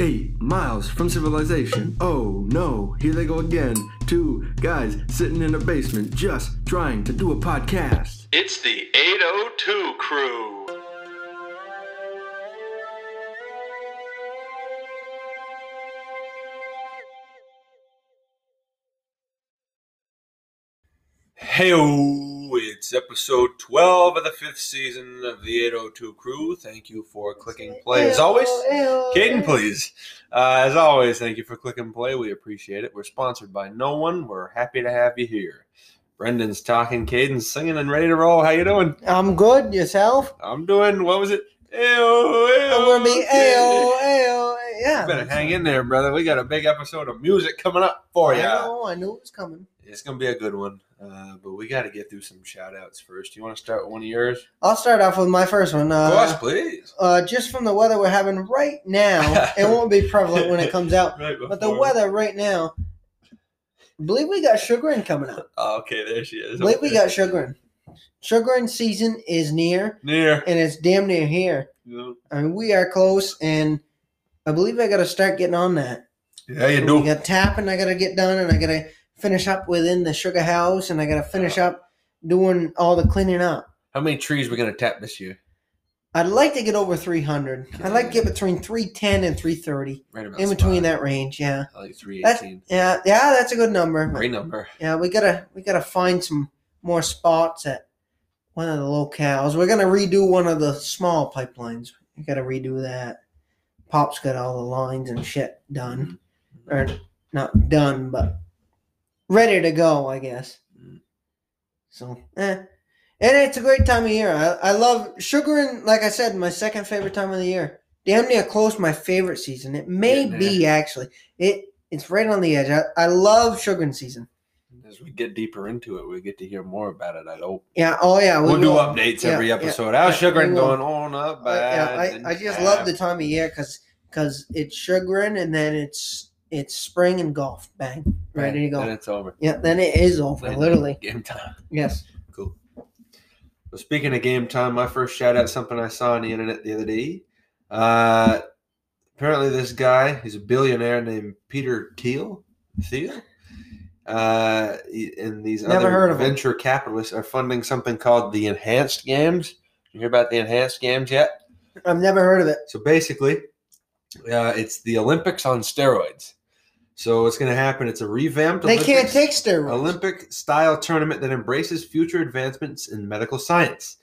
Eight miles from civilization. Oh no, here they go again. Two guys sitting in a basement just trying to do a podcast. It's the 802 crew. Heyo, it's episode 12 of the fifth season of the 802 Crew. Thank you for clicking play as always. oh, Caden, please. Uh, as always, thank you for clicking play. We appreciate it. We're sponsored by no one. We're happy to have you here. Brendan's talking, Caden's singing and ready to roll. How you doing? I'm good. Yourself? I'm doing, what was it? Ayo, I'm gonna be ayo, ayo, yeah. Better hang in there, brother. We got a big episode of music coming up for I ya. know. I knew it was coming. It's going to be a good one. Uh, but we got to get through some shout outs first. You want to start with one of yours? I'll start off with my first one. Of course, Uh, please. uh, just from the weather we're having right now, it won't be prevalent when it comes out. Right But the before- weather right now, I believe we got sugaring coming up. Oh, okay, there she I is. believe we Okay. got sugaring. Sugaring season is near, near. and it's damn near here. I mean, we are close, and I believe I got to start getting on that. Yeah, you We do. got tapping I gotta get done, and I gotta finish up within the sugar house, and I gotta finish up doing all the cleaning up. How many trees we gonna tap this year? I'd like to get over 300. I'd like to get between 310 and 330, Right about in between that range. Yeah, like three That's- eighteen. yeah, yeah. That's a good number. Great number. Yeah, we gotta we gotta find some more spots at one of the locales. We're gonna redo one of the small pipelines. We gotta redo that. Pop's got all the lines and shit done, or not done, but ready to go, I guess. Mhm. So, eh. and it's a great time of year. I, I love sugaring. Like I said, my second favorite time of the year. Damn near close my favorite season. It may Getting be actually. It it's right on the edge. I, I love sugaring season. As we get deeper into it, we get to hear more about it. I hope Yeah. Oh, yeah. we'll do will. updates Yeah, every yeah. episode. How's sugaring we will. going on up? I, yeah, and I, I just back? love the time of year because it's sugaring and then it's it's spring and golf. Bang, ready to Then go. it's over. Yeah. Then it is over. Then Literally. game time. Yes. Cool. So speaking of game time, my first shout out something I saw on the internet the other day. Uh, apparently, this guy he's a billionaire named Peter Thiel. Thiel. Uh, he- and these Never other heard of him. venture capitalists are funding something called the Enhanced Games. You hear about the Enhanced Games yet? I've never heard of it. So basically, uh, it's the Olympics on steroids. So what's going to happen? It's a revamped. They can't Olympics- take steroids. Olympic style tournament that embraces future advancements in medical science.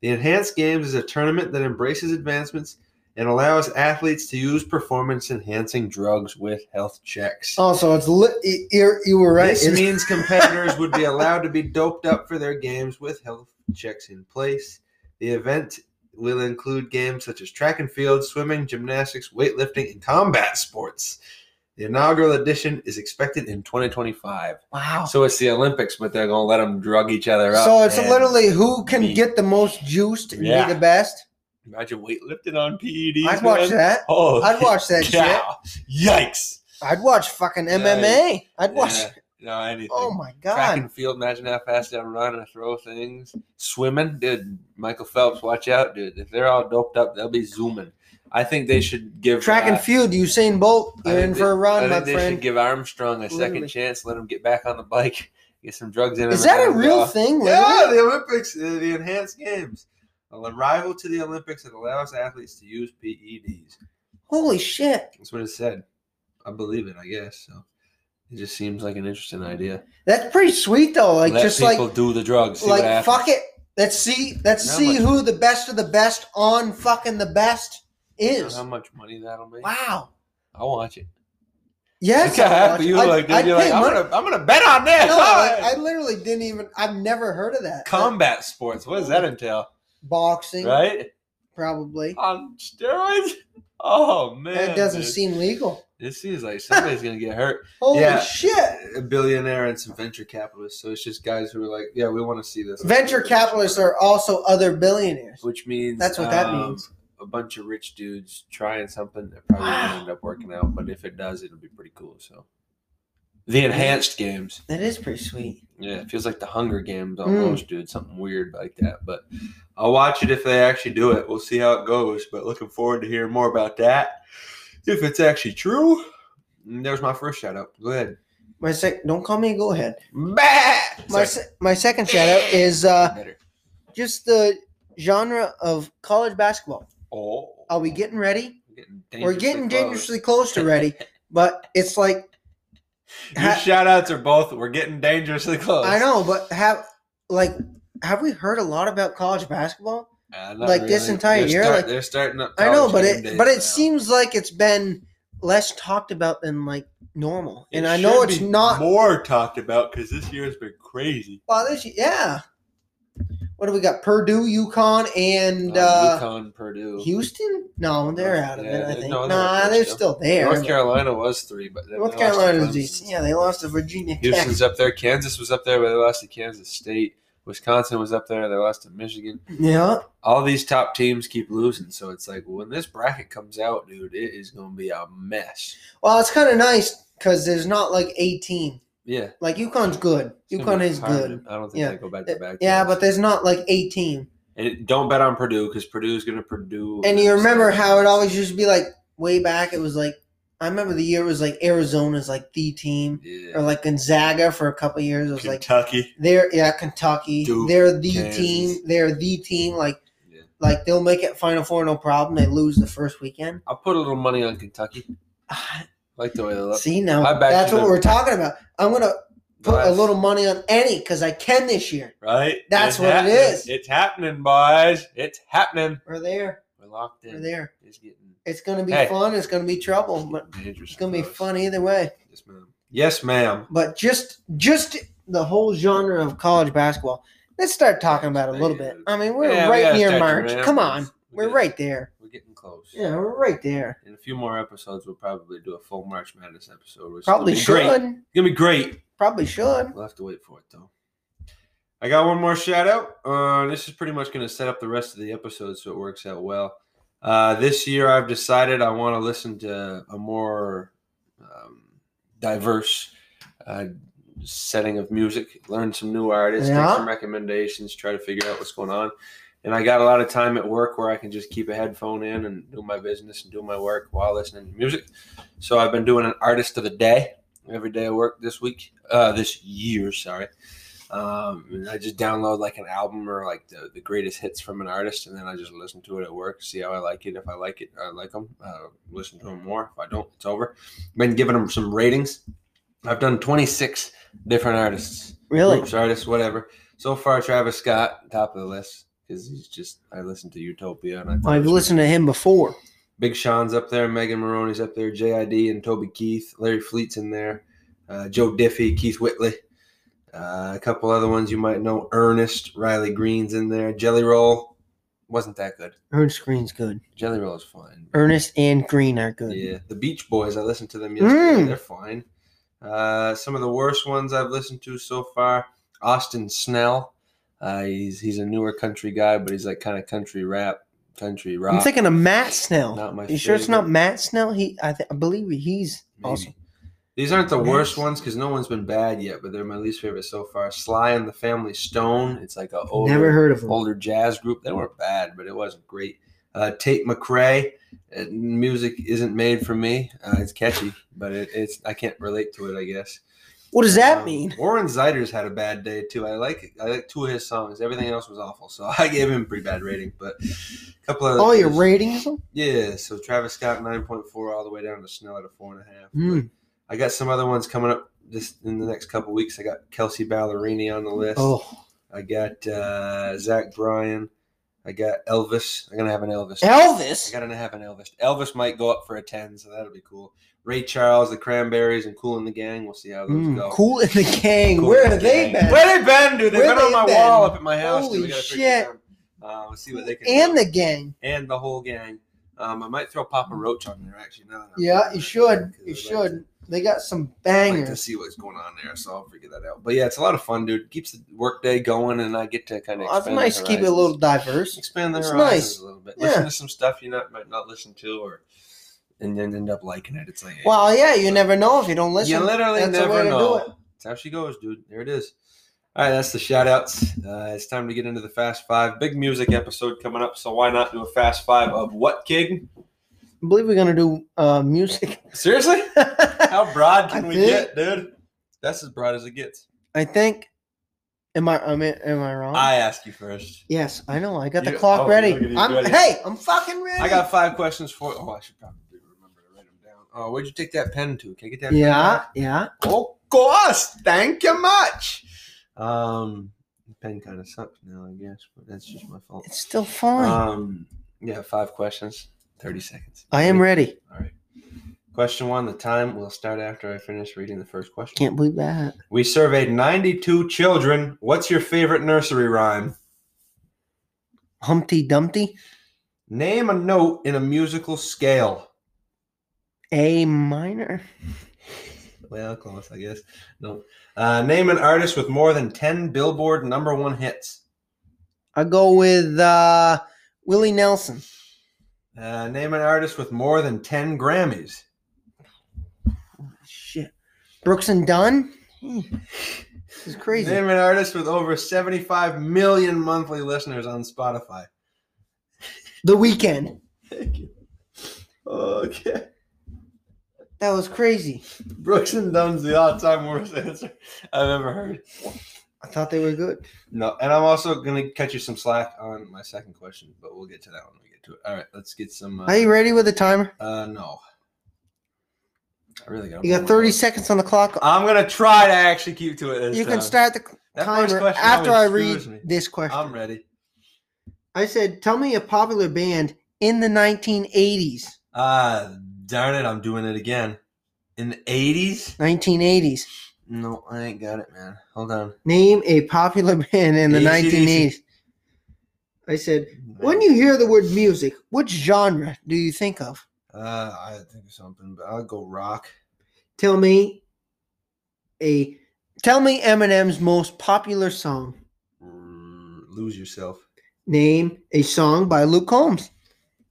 The Enhanced Games is a tournament that embraces advancements and allows athletes to use performance enhancing drugs with health checks. Also, Oh, it's li- y- you're, you were right. This It's- means competitors would be allowed to be doped up for their games with health checks in place. The event will include games such as track and field, swimming, gymnastics, weightlifting, and combat sports. The inaugural edition is expected in 2025. wow. So it's the Olympics, but they're gonna let them drug each other up. Oh. So it's and literally who can beat- get the most juiced and Yeah. be the best. imagine weightlifting on PEDs. I'd watch man. that. Oh, I'd watch that shit. cow. Yikes! I'd watch fucking MMA. I'd watch. Yeah, no anything. Oh my Track god. and field. Imagine how fast they run and throw things. Swimming, dude. Michael Phelps, watch out, dude. If they're all doped up, they'll be zooming. I think they should give Track and uh, field. Usain Bolt. I You're think in they- for a I run, think my they should friend. give Armstrong a second Literally. chance. Let him get back on the bike, get some drugs in. him, Is and that a let him real go. thing? Yeah, literally? the Olympics, uh, the enhanced games. A rival to the Olympics that allows athletes to use PEDs. Holy shit. That's what it said. I believe it, I guess. So it just seems like an interesting idea. That's pretty sweet though. Like Let just like people do the drugs. See what like happens. fuck it. Let's see. Let's Not see much. who the best of the best on fucking the best You know is. How much money that'll make? Wow. I'll watch it. Yes. Look I'd how watch happy it. you I'd- look. dude. I'd You're like, pay I'm money. gonna, I'm gonna bet on this. No, All I, I right. literally didn't even. I've never heard of that. Combat sports. What does that entail? boxing, Right probably. on steroids? Oh man, that doesn't dude. seem legal. This seems like somebody's gonna get hurt. Holy Yeah. shit! a billionaire and some venture capitalists. So it's just guys who are like, yeah, we want to see this. Venture capitalists are also other billionaires. which means That's what that um, means. A bunch of rich dudes trying something that probably won't end up working out, but if it does, it'll be pretty cool. So the enhanced games, That is pretty sweet. yeah, it feels like the Hunger Games Hmm. almost, dude. Something weird like that, but I'll watch it if they actually do it. We'll see how it goes, but looking forward to hearing more about that. if it's actually true. And There's my first shout out. Go ahead. My sec, don't call me. Go ahead. Bah! My Sorry. se- my second shout out is uh, Better. just the genre of college basketball. Oh, Are we getting ready? getting We're getting dangerously dangerously close to ready, but it's like close. Your shout outs are both. We're getting dangerously close. I know, but have like have we heard a lot about college basketball? Uh, not Like, this entire They're year, start- like- they're starting up. I know, college but game it days but it now. seems like it's been less talked about than like normal, and It I know should it's be not. more talked about because this year has been crazy. well, this yeah. What do we got? Purdue, Yukon, and uh, UConn, Purdue, Houston? No, they're out of Yeah, it. I they- think. no, they're up nah, there they're still. still there. North but- Carolina was three, but then North they lost to Carolina's Clemson. decent. Yeah, they lost to Virginia Tech. Houston's up there. Kansas was up there, but they lost to Kansas State. Wisconsin was up there. They lost to Michigan. Yeah, All these top teams keep losing, so it's like when this bracket comes out, dude, it is going to be a mess. well, it's kind of nice because there's not like a team. Yeah, Like UConn's good. it's gonna UConn be is hard. good. I don't think Yeah. they go back to back. Yeah, but there's not like a team. and don't bet on Purdue because Purdue is going to Purdue. And you remember how it always used to be like way back. It was like I remember the year it was like Arizona's like the team, Yeah. or like Gonzaga for a couple years. It was like Kentucky. they're yeah Kentucky. Duke, they're the Kansas. team. They're the team. Like Yeah. like they'll make it Final Four no problem. They lose the first weekend. I'll put a little money on Kentucky. I like the way they look. See now, I backed that's you what to- we're talking about. I'm gonna put a Nice. little money on any because I can this year. right? That's what it happening. is. It's happening, boys. It's happening. We're there. We're locked in. We're there. It's getting It's gonna be Hey. fun. It's gonna be trouble, but dangerous. it's gonna be folks. fun either way. Yes, ma'am. Yes, ma'am. But just just the whole genre of college basketball. Let's start talking about it a little bit. I mean, we're Yeah, we right gotta near start to March. ramp Come this. on, We we're gotta- right there. We're getting close. Yeah, we're right there. In a few more episodes, we'll probably do a full March Madness episode. Which is gonna Probably be great. should. It's gonna be great. Probably should. We'll have to wait for it though. I got one more shout out. Uh, this is pretty much going to set up the rest of the episode, so it works out well. Uh, this year, I've decided I want to listen to a more um, diverse uh, setting of music, learn some new artists, Yeah. make some recommendations, try to figure out what's going on. And I got a lot of time at work where I can just keep a headphone in and do my business and do my work while listening to music. So I've been doing an artist of the day every day of work this week, uh, this year, sorry. Um, and I just download like an album or like the, the greatest hits from an artist, and then I just listen to it at work, see how I like it. If I like it, I like them. Uh, listen to them more. If I don't, it's over. Been giving them some ratings. I've done 26 different artists, Really? groups, artists, whatever. So far, Travis Scott, top of the list, because he's just, I listened to Utopia and I thought it I've was listened to him before. Big Sean's up there, Megan Maroney's up there, JID and Toby Keith, Larry Fleet's in there, uh, Joe Diffie, Keith Whitley, uh, a couple other ones you might know, Ernest, Riley Green's in there, Jelly Roll wasn't that good. Ernest Green's good. Jelly Roll is fine. Ernest and Green are good. Yeah, the Beach Boys, I listened to them yesterday, Mm. they're fine. Uh, some of the worst ones I've listened to so far, Austin Snell, uh, he's he's a newer country guy, but he's like kind of country rap, country rock. I'm thinking of Matt Snell. Not my you sure it's not favorite. Matt Snell? He, I, th- I believe he's Maybe. awesome. These aren't the Yes. worst ones because no one's been bad yet, but they're my least favorite so far. Sly and the Family Stone. It's like a older, Never heard of him. older jazz group. They weren't bad, but it wasn't great. Uh, Tate McRae. Uh, music isn't made for me. Uh, it's catchy, but it, it's I can't relate to it. I guess. What does that Um, mean? Warren Ziders had a bad day too. I like I like two of his songs. Everything else was awful, so I gave him a pretty bad rating. But a couple of Oh, your ratings? yeah. So Travis Scott nine point four all the way down to Snell at a four and a half. Hmm. I got some other ones coming up this in the next couple weeks. I got Kelsey Ballerini on the list. Oh, I got uh, Zach Bryan. I got Elvis. I'm gonna have an Elvis. I Elvis. gotta have an Elvis. Elvis might go up for a ten, so that'll be cool. Ray Charles, the Cranberries, and Cool in the Gang. We'll see how those Mm, go. cool in the gang. Cool Where in the have Gang. they been? Where they been, dude? They've Where been on they my been? wall up at my house. dude. Holy We gotta figure shit. them. Uh, we'll see what they can and do. the gang. and the whole gang. Um, I might throw Papa Roach on there actually. Now that I'm Yeah, thinking you about it, should. 'cause You I like to- should. They got some like to bangers. see what's going on there, so I'll figure that out. But yeah, it's a lot of fun, dude. Keeps the workday going, and I get to kind of. Well, it's nice to keep it a little diverse. Expand the It's horizons nice. a little bit. Yeah. Listen to some stuff you not might not listen to, or and then end up liking it. It's like Well, yeah, you never know if you don't listen. you literally That's the never way to do know. it. That's how she goes, dude. There it is. All right, that's the shout outs. Uh, it's time to get into the Fast Five. Big music episode coming up, so why not do a Fast Five of what, Kid? I believe we're gonna do uh, music. Seriously? How broad can I we think- get, dude? That's as broad as it gets. I think. Am I? Am I, am I wrong? I ask you first. yes, I know. I got the You- clock oh, ready. look at you, I'm, ready. Hey, I'm fucking ready. I got five questions for. Oh, I should probably remember to write them down. Oh, where'd you take that pen to? Can I get that? pen Yeah, back? yeah. Of course. Thank you much. Um, the pen kind of sucks now, I guess, but that's just my fault. It's still fine. Um, yeah, five questions, thirty seconds. I am ready. All right. Question one. The time will start after I finish reading the first question. Can't believe that. We surveyed 92 children. What's your favorite nursery rhyme? Humpty Dumpty. Name a note in a musical scale. A minor. Well, close, I guess. No. Uh, name an artist with more than 10 Billboard number one hits. I go with uh, Willie Nelson. Uh, name an artist with more than 10 Grammys. Shit. Brooks and Dunn. Hmm. This is crazy. Name an artist with over 75 million monthly listeners on Spotify. The weekend. Thank you. Okay. That was crazy. Brooks and Dunn's the all time worst answer I've ever heard. I thought they were good. No, and I'm also gonna cut you some slack on my second question, but we'll get to that when we get to it. All right, let's get some. Uh, Are you ready with the timer? uh no, I really got. You got 30 seconds on the clock. I'm gonna try to actually keep to it. This You can time. start the c- uh, That first timer question after I always read screws me. Um, this question. I'm ready. I said, tell me a popular band in the 1980s. Ah, darn it! I'm doing it again. In the '80s? 1980s. No, I ain't got it, man. Hold on. Name a popular band in the Easy, 1980s. I said, when you hear the word music, which genre do you think of? Uh, I think of something, but I'll go rock. Tell me a tell me Eminem's most popular song. Mm, Lose yourself. Name a song by Luke Combs.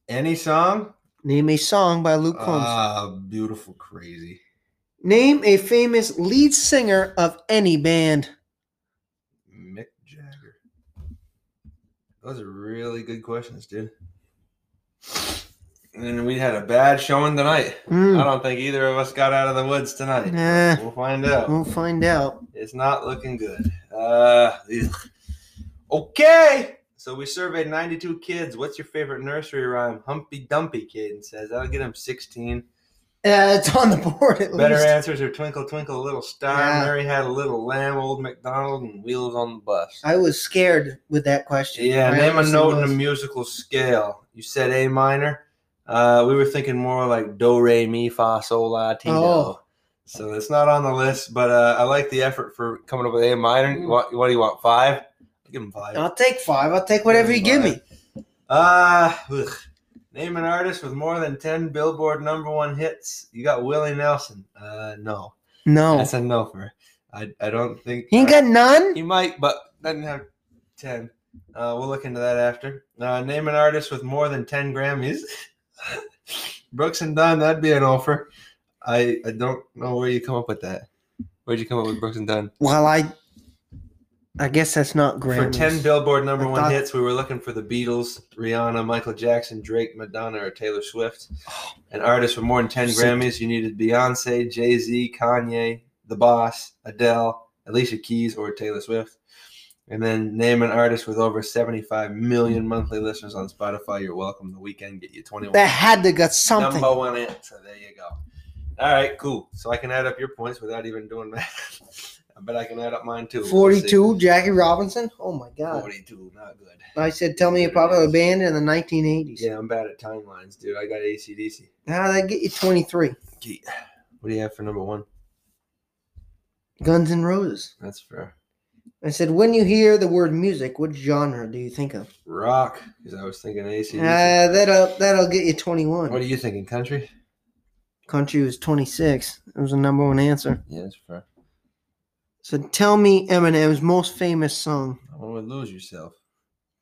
Any song? Name a song by Luke Combs. Ah, beautiful, crazy. Name a famous lead singer of any band. Mick Jagger. Those are really good questions, dude. And we had a bad showing tonight. I Hmm, don't think either of us got out of the woods tonight. Nah. We'll find out. we'll find out. It's not looking good. Uh, ugh. okay. So we surveyed 92 kids. What's your favorite nursery rhyme? Humpy Dumpy, Caden says. That'll get him 16. Uh, it's on the board at Better least. answers are Twinkle Twinkle Little Star, Yeah. Mary Had a Little Lamb, Old MacDonald, and Wheels on the Bus. I was scared with that question. Yeah, I name a honestly note in a was. musical scale. You said A minor. Uh, we were thinking more like Do Re Mi Fa Sol La Ti Do. Oh. So it's not on the list, but uh, I like the effort for coming up with A minor. You want- what do you want? Five? I'll give him five. I'll take five. I'll take whatever you give me. Uh, ugh. Name an artist with more than ten Billboard number one hits. You got Willie Nelson. Uh, no, No. that's a no for. I I don't think You ain't got none? He might, but doesn't have ten. Uh, we'll look into that after. Uh, name an artist with more than ten Grammys. Brooks and Dunn, that'd be an offer. I, I don't know where you come up with that. Where'd you come up with Brooks and Dunn? Well, I I guess that's not Grammys. For ten Billboard number I one thought- hits, we were looking for the Beatles, Rihanna, Michael Jackson, Drake, Madonna, or Taylor Swift. An artist with more than ten Oh. Sick. Grammys, you needed Beyonce, Jay Z, Kanye, The Boss, Adele, Alicia Keys, or Taylor Swift. And then name an artist with over seventy-five million monthly listeners on Spotify. You're welcome. The weekend get you twenty-one. That had to got something. Number one answer. There you go. All right, cool. So I can add up your points without even doing that. I bet I can add up mine too. We'll see. 42, Jackie Robinson. Oh my God. 42, not good. I said, tell me a popular band in the 1980s. Yeah, I'm bad at timelines, dude. I got ACDC. Now that get you 23. Gee, What do you have for number one? Guns N' Roses. That's for I said, when you hear the word music, what genre do you think of? rock, because I was thinking ACDC. Uh, that'll that'll get you 21. what are you thinking, country? Country was 26. It was the number one answer. Yeah, that's for. So tell me Eminem's most famous song. I want to lose yourself.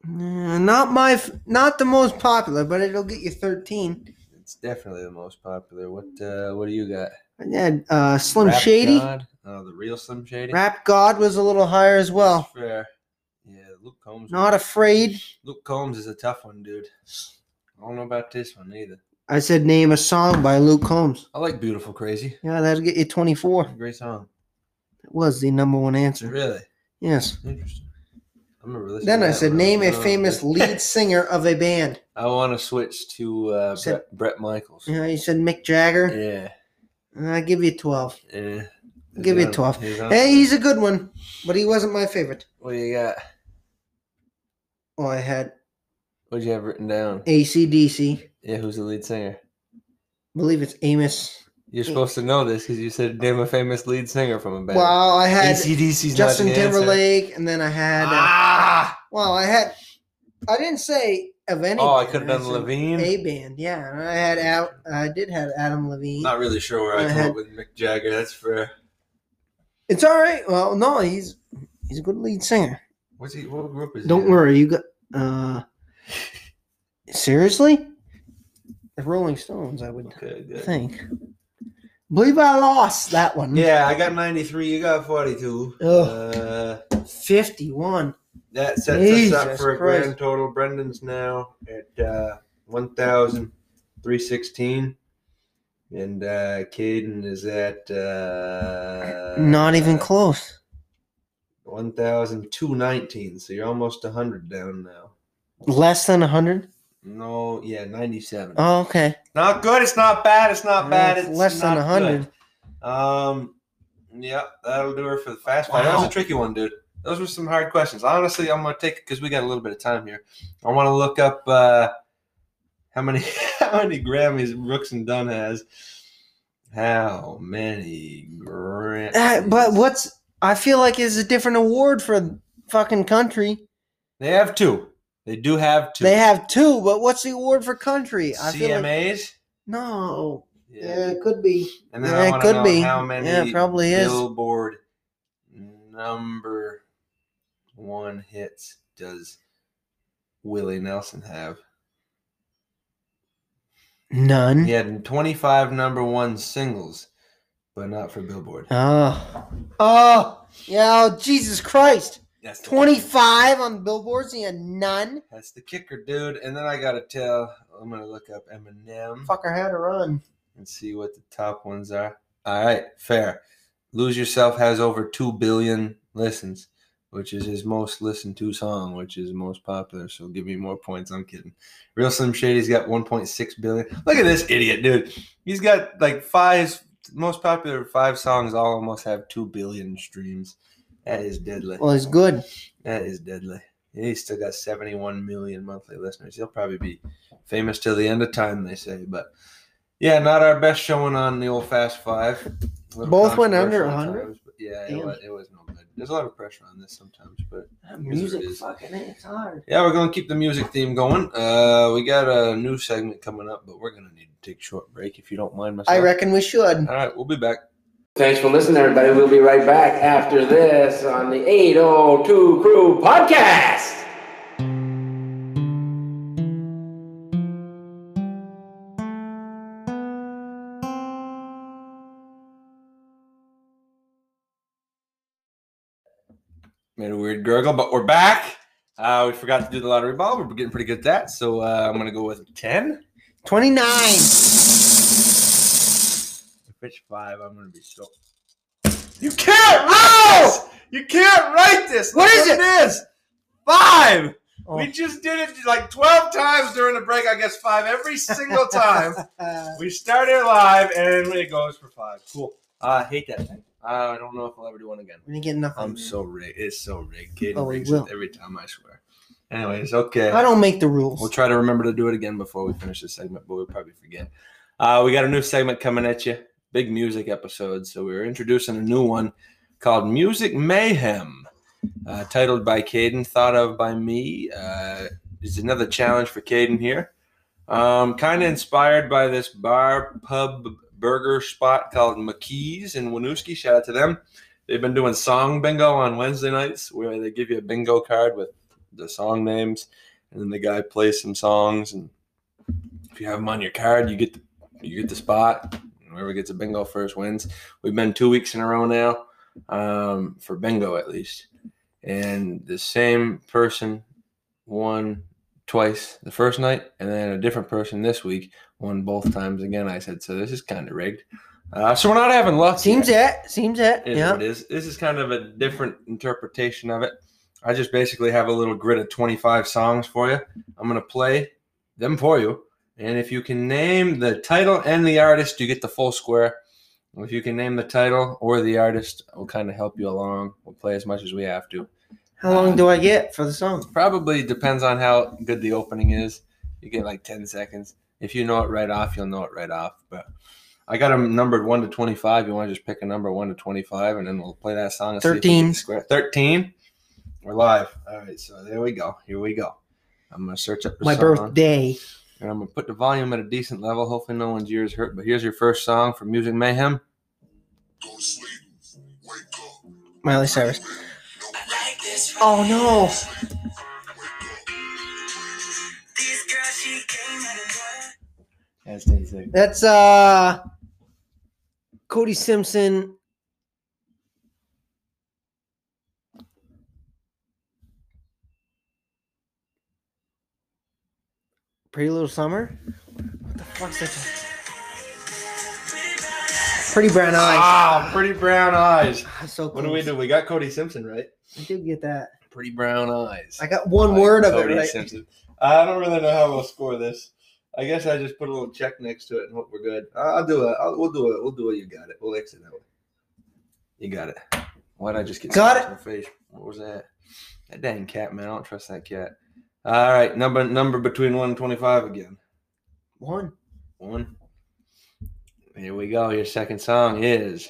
Uh, not my, f- not the most popular, but it'll get you 13. It's definitely the most popular. What uh, What do you got? I had uh, Slim Rap Shady. God? Oh, the real Slim Shady. Rap God was a little higher as well. That's fair. Yeah, Luke Combs. Not Afraid. Luke Combs is a tough one, dude. I don't know about this one either. I said name a song by Luke Combs. I like Beautiful Crazy. Yeah, that'll get you 24. Great song. That was the number one answer. Really Yes. interesting. I remember listening. Then to I that said when name a was young. famous lead singer of a band. I want to switch to uh, Said- Brett, Brett Michaels. Yeah, you said Mick Jagger. Yeah. I give you 12. yeah. Give He's it on- 12. he's on- Hey, he's a good one, but he wasn't my favorite. What do you got? Oh, I had What'd you have written down? ACDC. Yeah, who's the lead singer? believe it's Amos. You're supposed to know this because you said name a famous lead singer from a band. Well, I had ACDC's Justin not the answer. Timberlake, and then I had. Uh, Ah! well, I had. I didn't say of any. Oh, I band, could have done said Levine. A band, yeah. And I had out. I did have Adam Levine. Not really sure where I I come had- up with Mick Jagger. That's fair. It's all right. Well, no, he's he's a good lead singer. What's he? What group is? he Don't in? worry, you got. uh Seriously, the Rolling Stones. I would Okay, good. think. Believe I lost that one. Yeah, I got 93. You got 42. Ugh. Uh, Fifty-one. that sets us up Jesus for a Christ. grand total. Brendan's now at uh, 1,316. And uh, Caden is at uh, Not even close. 1,219. So you're almost 100 down now. Less than hundred. No, yeah, 97. Oh, okay. Not good. It's not bad. It's not bad. That's It's less than not hundred. good. Um, yeah, that'll do her for the fast five. That was Wow. a tricky one, dude. Those were some hard questions. Honestly, I'm gonna take it because we got a little bit of time here. I want to look up uh, how many how many Grammys Brooks and Dunn has. How many Grammys? Uh, but what's I feel like is a different award for fucking country. they have two. They do have two. They have two, but what's the award for country? I feel like CMAs. no. Yeah, it could be. And then Yeah, I it want to could know be. how many Yeah, it probably is. Billboard number one hits does Willie Nelson have? None. He had 25 number one singles, but not for Billboard. Oh. Oh. Yeah, oh, Jesus Christ. That's the kicker. 25 on billboards and you had none. That's the kicker, dude. And then I gotta tell. I'm gonna look up Eminem Fucker had a run. and see what the top ones are. All right, fair. Lose Yourself has over two billion listens, which is his most listened to song, which is most popular. So give me more points. I'm kidding. Real Slim Shady's got 1.6 billion. Look at this idiot, dude. He's got like five most popular five songs. All almost have two billion streams. That is deadly. Well, he's good. That is deadly. And he's still got 71 million monthly listeners. He'll probably be famous till the end of time, they say. But yeah, not our best showing on the old Fast Five. A little Both went under controversial at 100? times, but yeah, Damn. it was, it was no good. There's a lot of pressure on this sometimes, but music Music is. fucking it's hard. yeah, we're gonna keep the music theme going. Uh, we got a new segment coming up, but we're gonna need to take a short break if you don't mind. Myself. I reckon we should. All right, we'll be back. Thanks for listening, everybody. We'll be right back after this on the 802 Crew Podcast. Made a weird gurgle, but we're back. Uh, we forgot to do the lottery ball. We're getting pretty good at that, so uh, I'm gonna go with ten. 29. Pitch five, I'm gonna be so. You can't write this. You can't write this. What Look is It is five. Oh. We just did it like twelve times during the break. I guess five every single time. Uh, we start it live, and it goes for five. Cool. Uh, I hate that thing. Uh, I don't know if I'll ever do one again. we didn't get nothing. I'm so rigged. It's so rigged. Kaden Oh, we rigs it will. every time. I swear. Anyways, okay. I don't make the rules. We'll try to remember to do it again before we finish this segment, but we'll probably forget. Uh, we got a new segment coming at you. Big music episode. So we're introducing a new one called Music Mayhem, uh, titled by Caden, thought of by me. Uh, it's another challenge for Caden here. Um, kind of inspired by this bar, pub, burger spot called McKee's in Winooski. Shout out to them. They've been doing song bingo on Wednesday nights where they give you a bingo card with the song names and then the guy plays some songs and if you have them on your card you get the you get the spot whoever gets a bingo first wins we've been two weeks in a row now um, for bingo at least and the same person won twice the first night, and then a different person this week won both times again. I said, so this is kind of rigged. Uh, so we're not having luck. Seems yet. it. Seems it. Is yeah. what it is. This is kind of a different interpretation of it. I just basically have a little grid of 25 songs for you. I'm going to play them for you. And if you can name the title and the artist, you get the full square. If you can name the title or the artist, we'll kind of help you along. We'll play as much as we have to. How long do I get for the song? Probably depends on how good the opening is. You get like 10 seconds. If you know it right off, you'll know it right off. But I got them numbered 1 to 25. You want to just pick a number 1 to 25 and then we'll play that song. and see if we get 13. the square. 13. We're live. All right. So there we go. Here we go. I'm going to search up the My song, birthday. And I'm going to put the volume at a decent level. Hopefully, no one's ears hurt. But here's your first song from Music Mayhem. Miley Cyrus. Oh no. That's the thing. That's uh Cody Simpson. Pretty Little Summer. What the fuck's that? Pretty Brown Eyes. Ah, pretty brown eyes. That's so What close. do we do? We got Cody Simpson, right? I did get that. Pretty brown eyes. I got one Like word of Cody it right. Simpson. I don't really know how we'll score this. I guess I just put a little check next to it and hope we're good. I- I'll do it. I'll, we'll do it. We'll do it. You got it. We'll exit that way. You got it. Why'd I just get Got smacked in the face? What was that? That dang cat, man. I don't trust that cat. All right, number number between one and twenty-five again. One. One. Here we go. Your second song is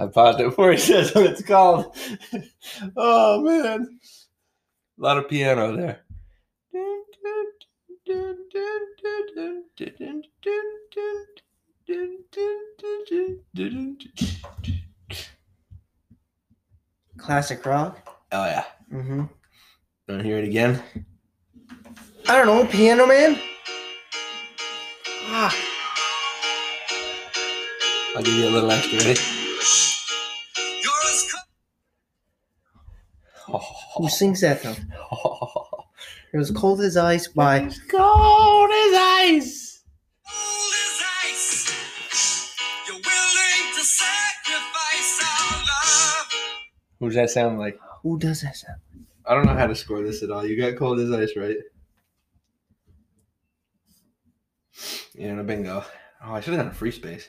I paused it before he says what it's called. oh man. A lot of piano there. Classic rock. Oh yeah. Mm-hmm. Wanna hear it again? I don't know, Piano Man? Ah, I'll give you a little extra. Ready? who sings that though? It was cold as ice by cold as ice. Who's that sound like? who does that sound? I don't know how to score this at all. You got cold as ice, right? Yeah, no bingo. Oh, I should have done a free space.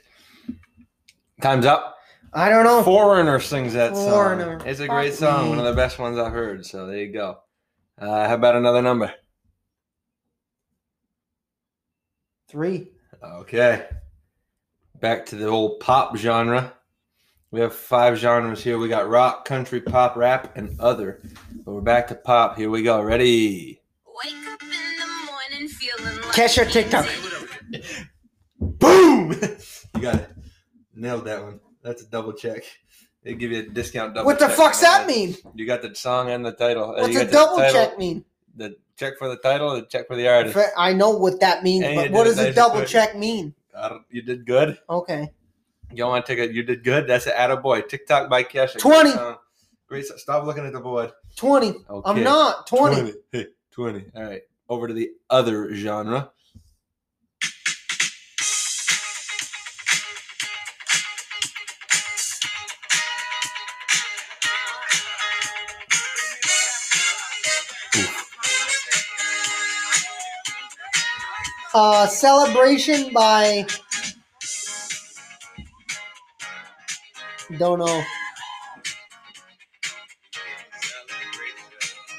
Time's up. I don't know. Foreigner sings that Foreigner. song. It's a great Fuck song, me. one of the best ones I've heard. So there you go. Uh, how about another number? Three. Okay. Back to the old pop genre. We have five genres here. We got rock, country, pop, rap, and other. But we're back to pop. Here we go. Ready? Wake up in the morning feeling like Catch your TikTok. Boom! you got it. Nailed that one. That's a double check. They give you a discount double What the check fuck's on that mean? You got the song and the title. Uh, What's you a got the double title- check mean? The check for the title, the check for the artist. Fair- I know what that means, And but you what did does it a nice double and quick. check mean? I don't- you did good. Okay. You want to take a? You did good. That's an attaboy. TikTok by Kesha. Great 20. song. Great. song. Stop looking at the board. 20. Okay. I'm not. 20. Hey, 20. All right. Over to the other genre. Uh, celebration by. Don't know.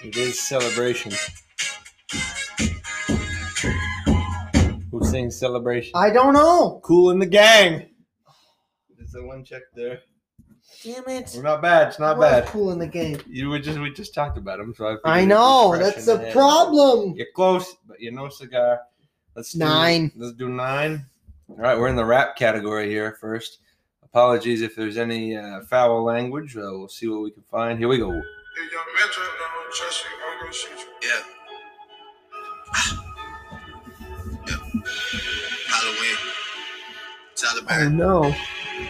It is celebration. Who sings celebration? I don't know. Cool in the gang. There's the one check there. Damn it. We're not bad. It's not What bad. Cool in the game. You were just we just talked about him, so I. I figured know. it's fresh That's in the the head. problem. You're close, but you're no cigar. Let's do, Nine. Let's do nine. All right, we're in the rap category here first. Apologies if there's any uh, foul language. Uh, we'll see what we can find. Here we go. Yeah. Halloween. Tyler Oh Perry. no.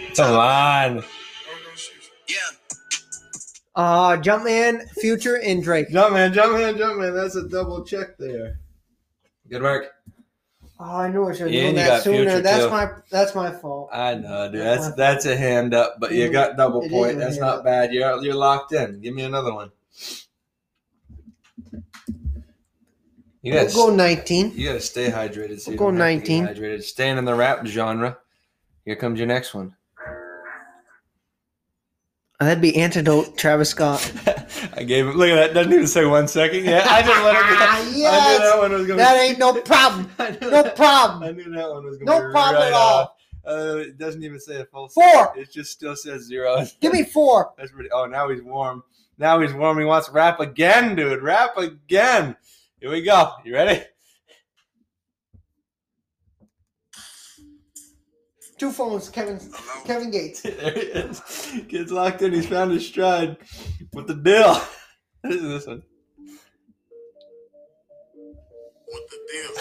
It's a line. Uh, Jumpman, Future, and Drake. Jump man, jump man, jump man. That's a double check there. Good work. Oh, I knew I should have Yeah, known and you that got Future, sooner. that's too. my that's my fault. I know, dude. That's that's a hand up, but you got It double is point. a That's hand not up. bad. You're you're locked in. Give me another one. You gotta, We'll go 19. you gotta stay hydrated. So you We'll go don't have to get 19. Hydrated. Staying in the rap genre. Here comes your next one. Oh, that'd be Antidote, Travis Scott. I gave him. Look at that. Doesn't even say one second. Yeah, I just let him. Ah, I knew yes! that one was gonna. That ain't no problem. I knew No that- I problem. knew that one was gonna. No be problem right at all. off. Uh, it doesn't even say a full. Four. It just still says zero. Give me four. That's pretty. Oh, now he's warm. Now he's warm. He wants to rap again, dude. Rap again. Here we go. You ready? Two phones, Kevin Kevin Gates. there he is. Kid's locked in. He's found his stride. What the deal? This is this one. What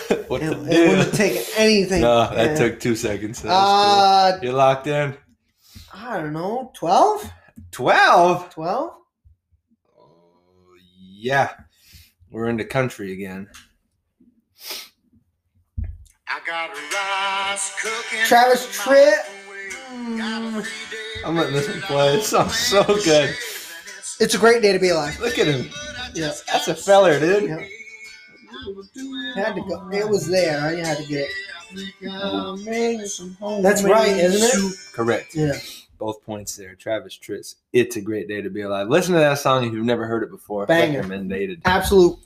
It, the it deal? wouldn't take anything. No, that Yeah. took two seconds. so that's cool. Uh, You're locked in. I don't know, 12? Twelve. 12? Oh, yeah, we're in the country again. I got rice cooking. Travis Tritt. Mm, I'm letting this one play. It sounds so good. It's a great day to be alive. Look at him. Yeah. That's a feller, dude. Yeah. Had to go. It was there. I had to get it. That's right, isn't it? Correct. Yeah. Both points there. Travis Tritt's It's a Great Day to Be Alive. Listen to that song if you've never heard it before. Banger. Recommended. Absolute.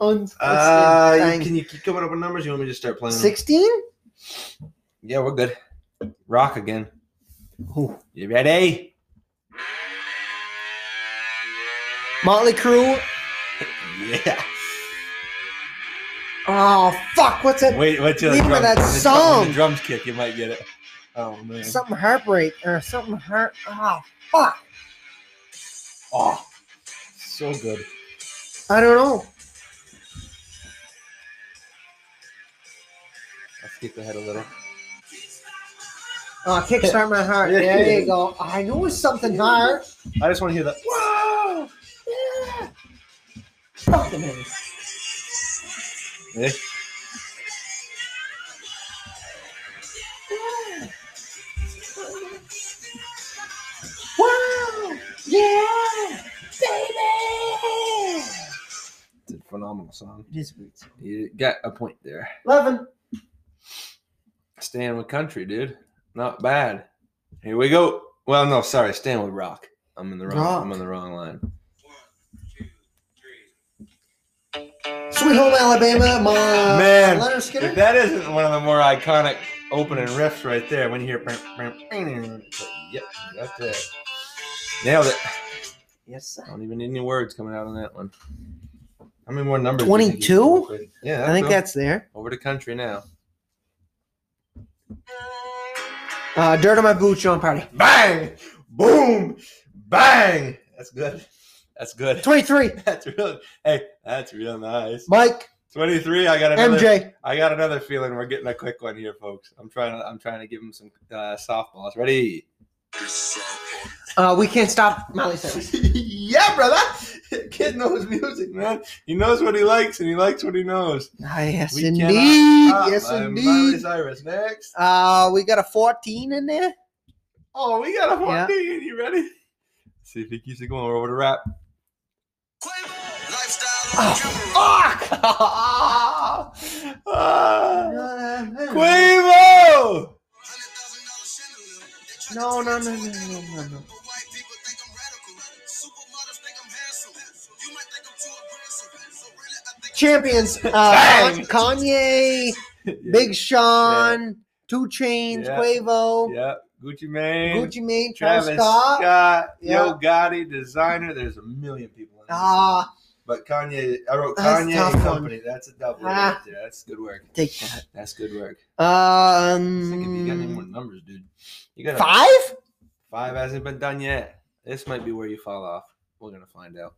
Un- Uh, thing. can you keep coming up with numbers? You want me to just start playing? them? 16? Yeah, we're good. Rock again. Ooh. You ready? Motley Crue. Yeah. Oh, fuck. What's that? Wait, wait till the Leave me drums- that when the- when song. The drums kick, you might get it. Oh man. Something heartbreak or something heart. Oh, fuck. Oh, so good. I don't know. I'll skip ahead a little. Oh, kickstart my heart. There you go. I knew it was something hard. I just want to hear that. Whoa! Yeah. Fucking hell. Yeah. Wow. Yeah. Baby. It's a phenomenal song. It is a great song. You got a point there. Eleven. Staying with country, dude. Not bad. Here we go. Well, no, sorry. Staying with rock. I'm in the wrong. Rock. I'm on the wrong line. Sweet Home Alabama. My Man, Leonard Skinner. If that isn't one of the more iconic opening riffs right there, when you hear, bam, bam, bam, it's like, yep, that's it. Nailed it. yes. I don't even need any words coming out on that one. How many more numbers? 22? do you think you can go with? Yeah, I think that's that's there. over the country now. Uh, Dirt on my boots, John Party. Bang, boom, bang. That's good. That's good. Twenty-three. That's real. Hey, that's real nice. Mike. 23. I got another. MJ. I got another feeling we're getting a quick one here, folks. I'm trying to. I'm trying to give him some uh, softballs. Ready? Uh, we can't stop Miley Cyrus. yeah, brother. Kid knows music, man. He knows what he likes, and he likes what he knows. Ah, yes, We indeed. cannot stop Yes, by Miley indeed. Cyrus next. Uh, we got a 14 in there. Oh, we got a Yeah. 14. You ready? See if he keeps it going. We're over the wrap. Fuck! Oh. Ah. Quavo! No, no, no, no, no, no, no. Champions. Uh, Bang! Kanye, Big Sean, Two Chains, Yeah. Quavo, Yeah, Gucci Mane, Gucci Mane, Travis, Travis Scott. Scott, Yeah. Yo Gotti, designer. There's a million people. In this. Ah, but Kanye, I wrote That's Kanye tough and one. Company. That's a double. right Ah. there. That's good work. take that. That's good work. I think if you got any more Um, numbers, dude, you got five? Five hasn't been done yet. This might be where you fall off. We're gonna find out.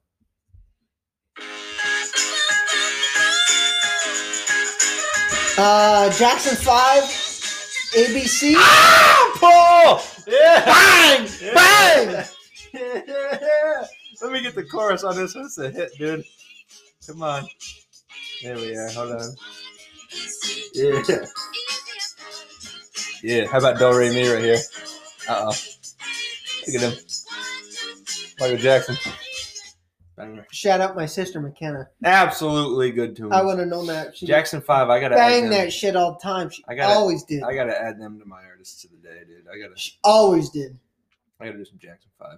Uh, Jackson Five. ABC. Ah, Paul! Yeah! Bang! Yeah. Bang! Let me get the chorus on this. What's the hit, dude? Come on. There we are. Hold on. Yeah. Yeah. How about Do Re Mi right here? Uh oh. Look at him. Michael Jackson. Banger. Shout out my sister McKenna. Absolutely good tune. I would have known that. She Jackson Five. I gotta add bang them. that shit all the time. She I gotta- always did. I gotta add them to my artists of the day, dude. I gotta. she always did. I gotta do some Jackson Five.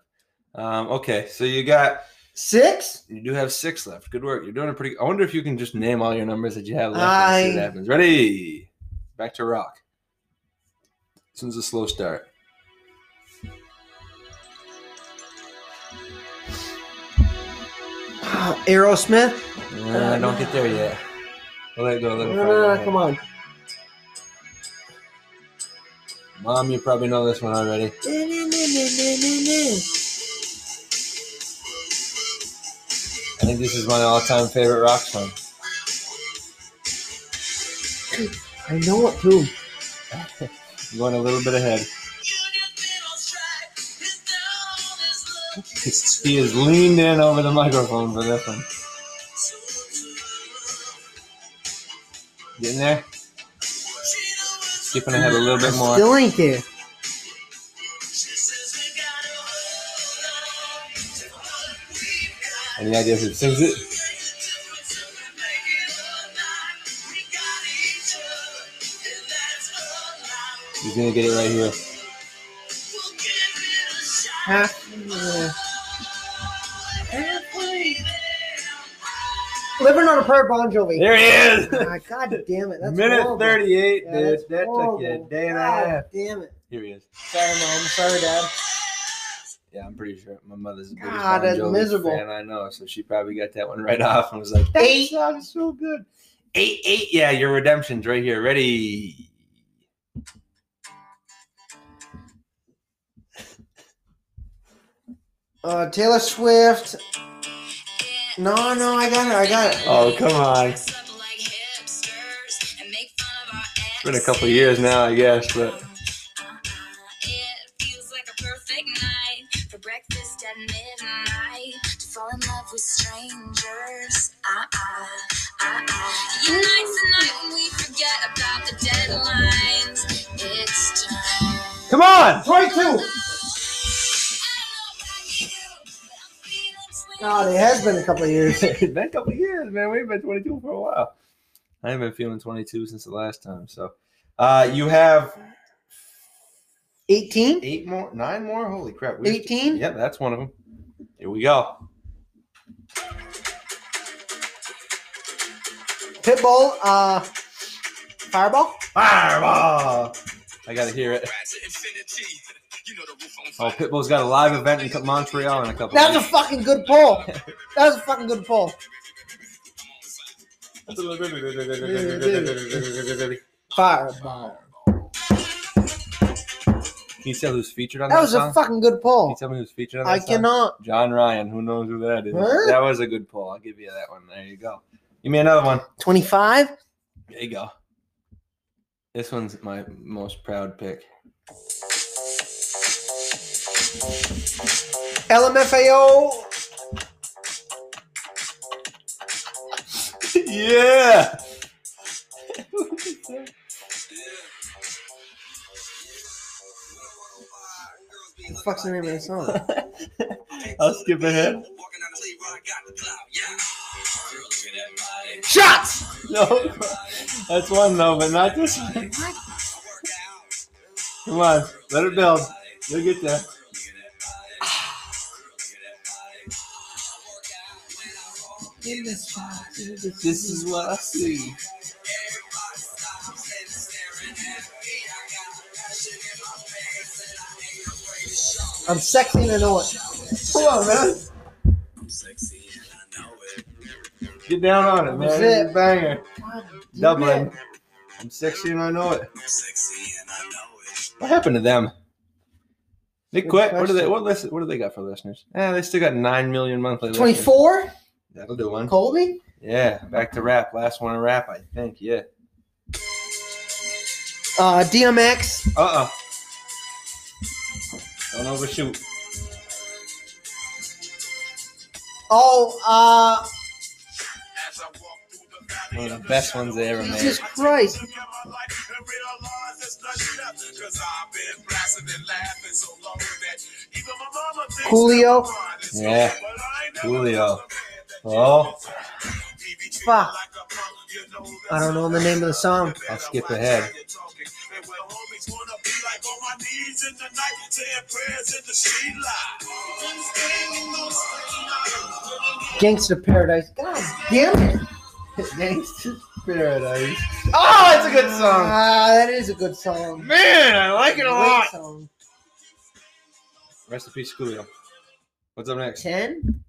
Um, okay, so you got Six? You do have six left. Good work. You're doing a pretty. I wonder if you can just name all your numbers that you have left. and see I- what happens. Ready? Back to rock. This one's a slow start. Ah, Aerosmith? Uh, don't get there yet. Well, let it go. Let No, it no, find no, out. come on. Mom, you probably know this one already. It's I think this is my all-time favorite rock song. I know it too. I'm going a little bit ahead. He is leaned in over the microphone for this one. Getting there? Skipping ahead a little bit more. Still ain't there. Any idea who sings it? He's gonna get it right here. Half, uh, Living on a Prayer Bon Jovi. There he is! Ah, God damn it. That's Minute horrible. 38, Yeah, dude. that's that took you a horrible. day and a God half. Damn it. Here he is. Sorry, Mom. Sorry, Dad. Yeah, I'm pretty sure my mother's the biggest God, God, that's Jovi miserable. fan I know, so she probably got that one right off and was like, That "Eight, song is so good." Eight, eight, yeah, your redemption's right here. Ready? Uh, Taylor Swift. No, no, I got it. I got it. Oh, come on. It's been a couple of years now, I guess, but come on. 22. God, it has been a couple of years. it's been a couple of years, man. We've been 22 for a while. I haven't been feeling 22 since the last time. So, uh, you have 18? eight more, nine more. Holy crap! We- 18? Yep, that's one of them. Here we go. Pitbull. Uh, Fireball. Fireball! I gotta hear it. Oh, Pitbull's got a live event in Montreal in a couple. That's a weeks. fucking good pull. That was a fucking good pull. Fireball. Can you tell who's featured on That was song? a fucking good Can you pull. tell me who's featured on that I song? cannot. John Ryan. Who knows who that is? Huh? That was a good pull. I'll give you that one. There you go. Give me another one. 25? There you go. This one's my most proud pick. LMFAO. yeah. What the fuck's the name of that song? I'll skip ahead. Shots! No, that's one though, but not this one. Come on, let it build. You'll get there. This is what I see. I'm sexy and I know it. Come on, man. Get down on it, man. That's This is a it. banger. Dublin. Yeah. I'm sexy and I know it. What happened to them? They Good quit. What do they? question. What listen? What do they got for listeners? Eh, they still got nine million monthly. listeners. 24? That'll do one. Colby? Yeah, back to rap. Last one to rap, I think. Yeah. Uh, DMX. Uh uh. Don't overshoot. Oh, uh, One of the best ones they ever made. Jesus Christ. Coolio. Yeah. Coolio. Oh, Fuck. I don't know the name of the song. I'll skip ahead. Gangsta Paradise. God damn it. Gangsta's Paradise. Oh, it's a good song. Ah, that is a good song. Man, I like Great Song. Rest in peace, Coolio. What's up next? 10?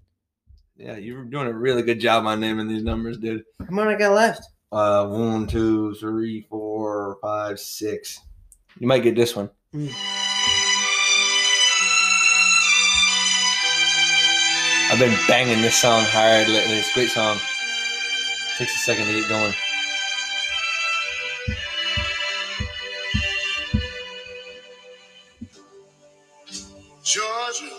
Yeah, you're doing a really good job on naming these numbers, dude. How many I got left? Uh, one, two, three, four, five, six. You might get this one. Mm. I've been banging this song hard lately. It's a great song. Takes a second to get going. Georgia,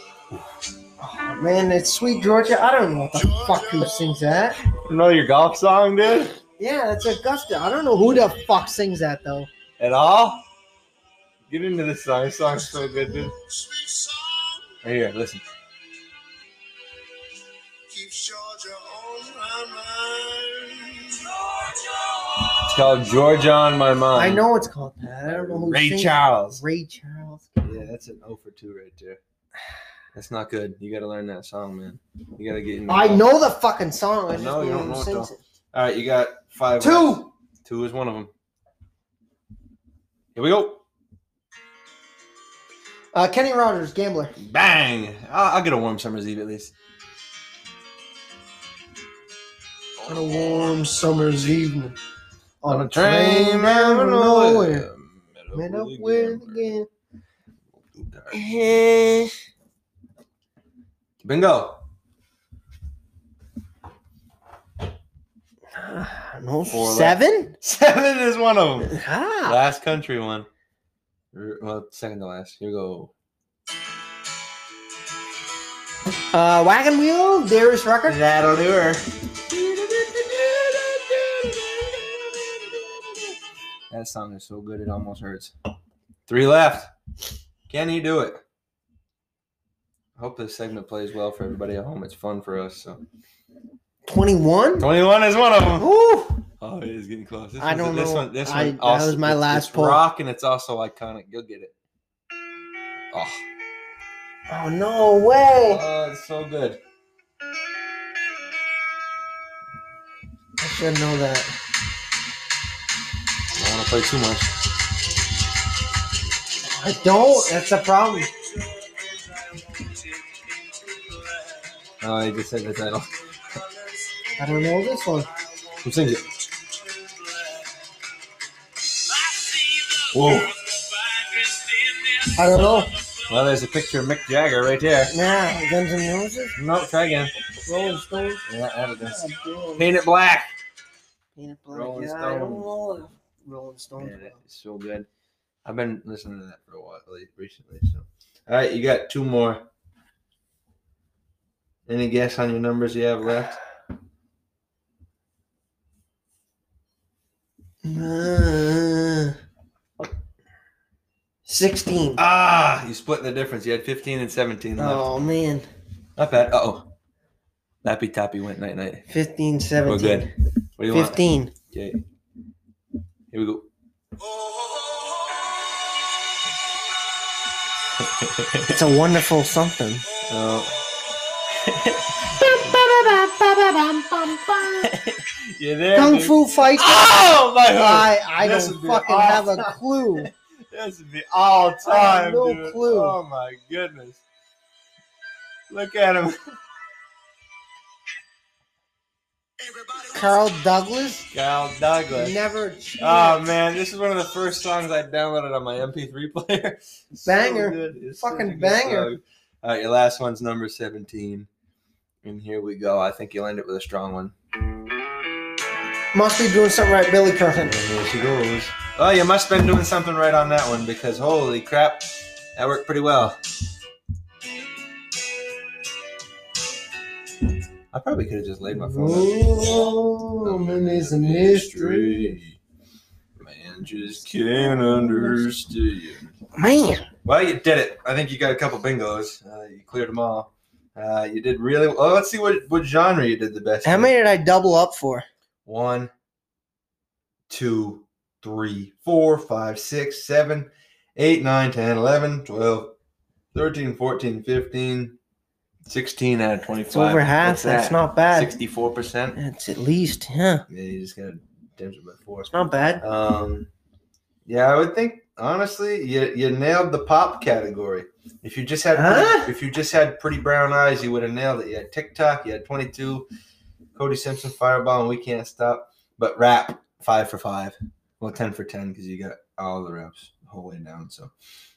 Man, it's Sweet Georgia. I don't know what the fuck who sings that. You know your golf song, dude? Yeah, that's Augusta. I don't know who the fuck sings that, though. At all? Get into this song. This song's so good, dude. sweet song, Right here, listen. keeps Georgia on my mind. It's called Georgia on My Mind. I know it's called that. I don't know who Ray sings Charles. It. Ray Um, Charles. Yeah, that's an 0 for 2 right there. That's not good. You got to learn that song, man. You got to get in. the- I know the fucking song. I I just know, know you don't who know it, sings though. it. All right, you got five. left. Two. Two is one of them. Here we go. Uh, Kenny Rogers, Gambler. Bang. I'll, I'll get a warm summer's eve at least. On a warm summer's evening. On a train down the nowhere. Met up with again. Eh, Bingo. No, Four left. seven? Seven is one of them. Ah. Last country one. Er, Well, second to last. Here we go. Uh, Wagon Wheel, Darius Rucker. That'll do her. That song is so good it almost hurts. Three left. Can he do it? I hope this segment plays well for everybody at home. It's fun for us. So 21? twenty-one is one of them. Ooh. Oh, it is getting close. This I one's- don't This know. one, this I- one that also- was my it's- last it's poll. rock, and it's also iconic. You'll get it. Oh, Oh, no way. oh, it's so good. I should know that. I don't want to play too much. I don't. That's the problem. Oh, I just said the title. I don't know this one. Who sings it? Whoa. I don't know. Well, there's a picture of Mick Jagger right there. Nah, Guns N' Roses, No, try again. Rolling Stones. Yeah, that it is. God damn. Paint it black. Peanut butter. Rolling yeah, I don't Stones. know. Rolling Stones. Man, it's so good. I've been listening to that for a while like, recently. So, all right, you got two more. Any guess on your numbers you have left? Uh, 16. Ah, you split the difference. You had 15 and 17 left. Oh, man. Not bad. Uh oh. Lappy Tappy went night night. 15, We're 17. good. What do you want? 15. Okay. Here we go. It's a wonderful something. you there? Kung dude? Fu Fighter. Oh my god! I, I This don't would be fucking have awesome. a clue. This would be all I have time, no dude. clue. Oh my goodness! Look at him. Carl Douglas? Kyle Douglas. Never. cheated. Oh man, this is one of the first songs I downloaded on my MP3 player. So Banger. good. It's such Fucking a good banger. song. All right, your last one's number 17. And here we go. I think you'll end it with a strong one. Must be doing something right, Billy Curtin. And here she goes. Well, Oh, you must have been doing something right on that one because holy crap, that worked pretty well. I probably could have just laid my phone Woman is a mystery. Man just can't understand. Man. Well, you did it. I think you got a couple bingos. Uh, you cleared them all. Uh, you did really well. Let's see what, what genre you did the best. How in. many did I double up for? One, two, three, four, five, six, seven, eight, nine, ten, eleven, twelve, thirteen, fourteen, fifteen, sixteen out of 25. It's over half. That's not bad. 64%. That's at least, huh? Yeah, you just got to times it by four. It's not bad. Um, yeah, I would think honestly, you you nailed the pop category. If you just had Huh? if you just had pretty brown eyes, you would have nailed it. You had TikTok, you had twenty two, Cody Simpson, Fireball, and We Can't Stop. But rap five for five, well ten for ten because you got all the raps the whole way down. So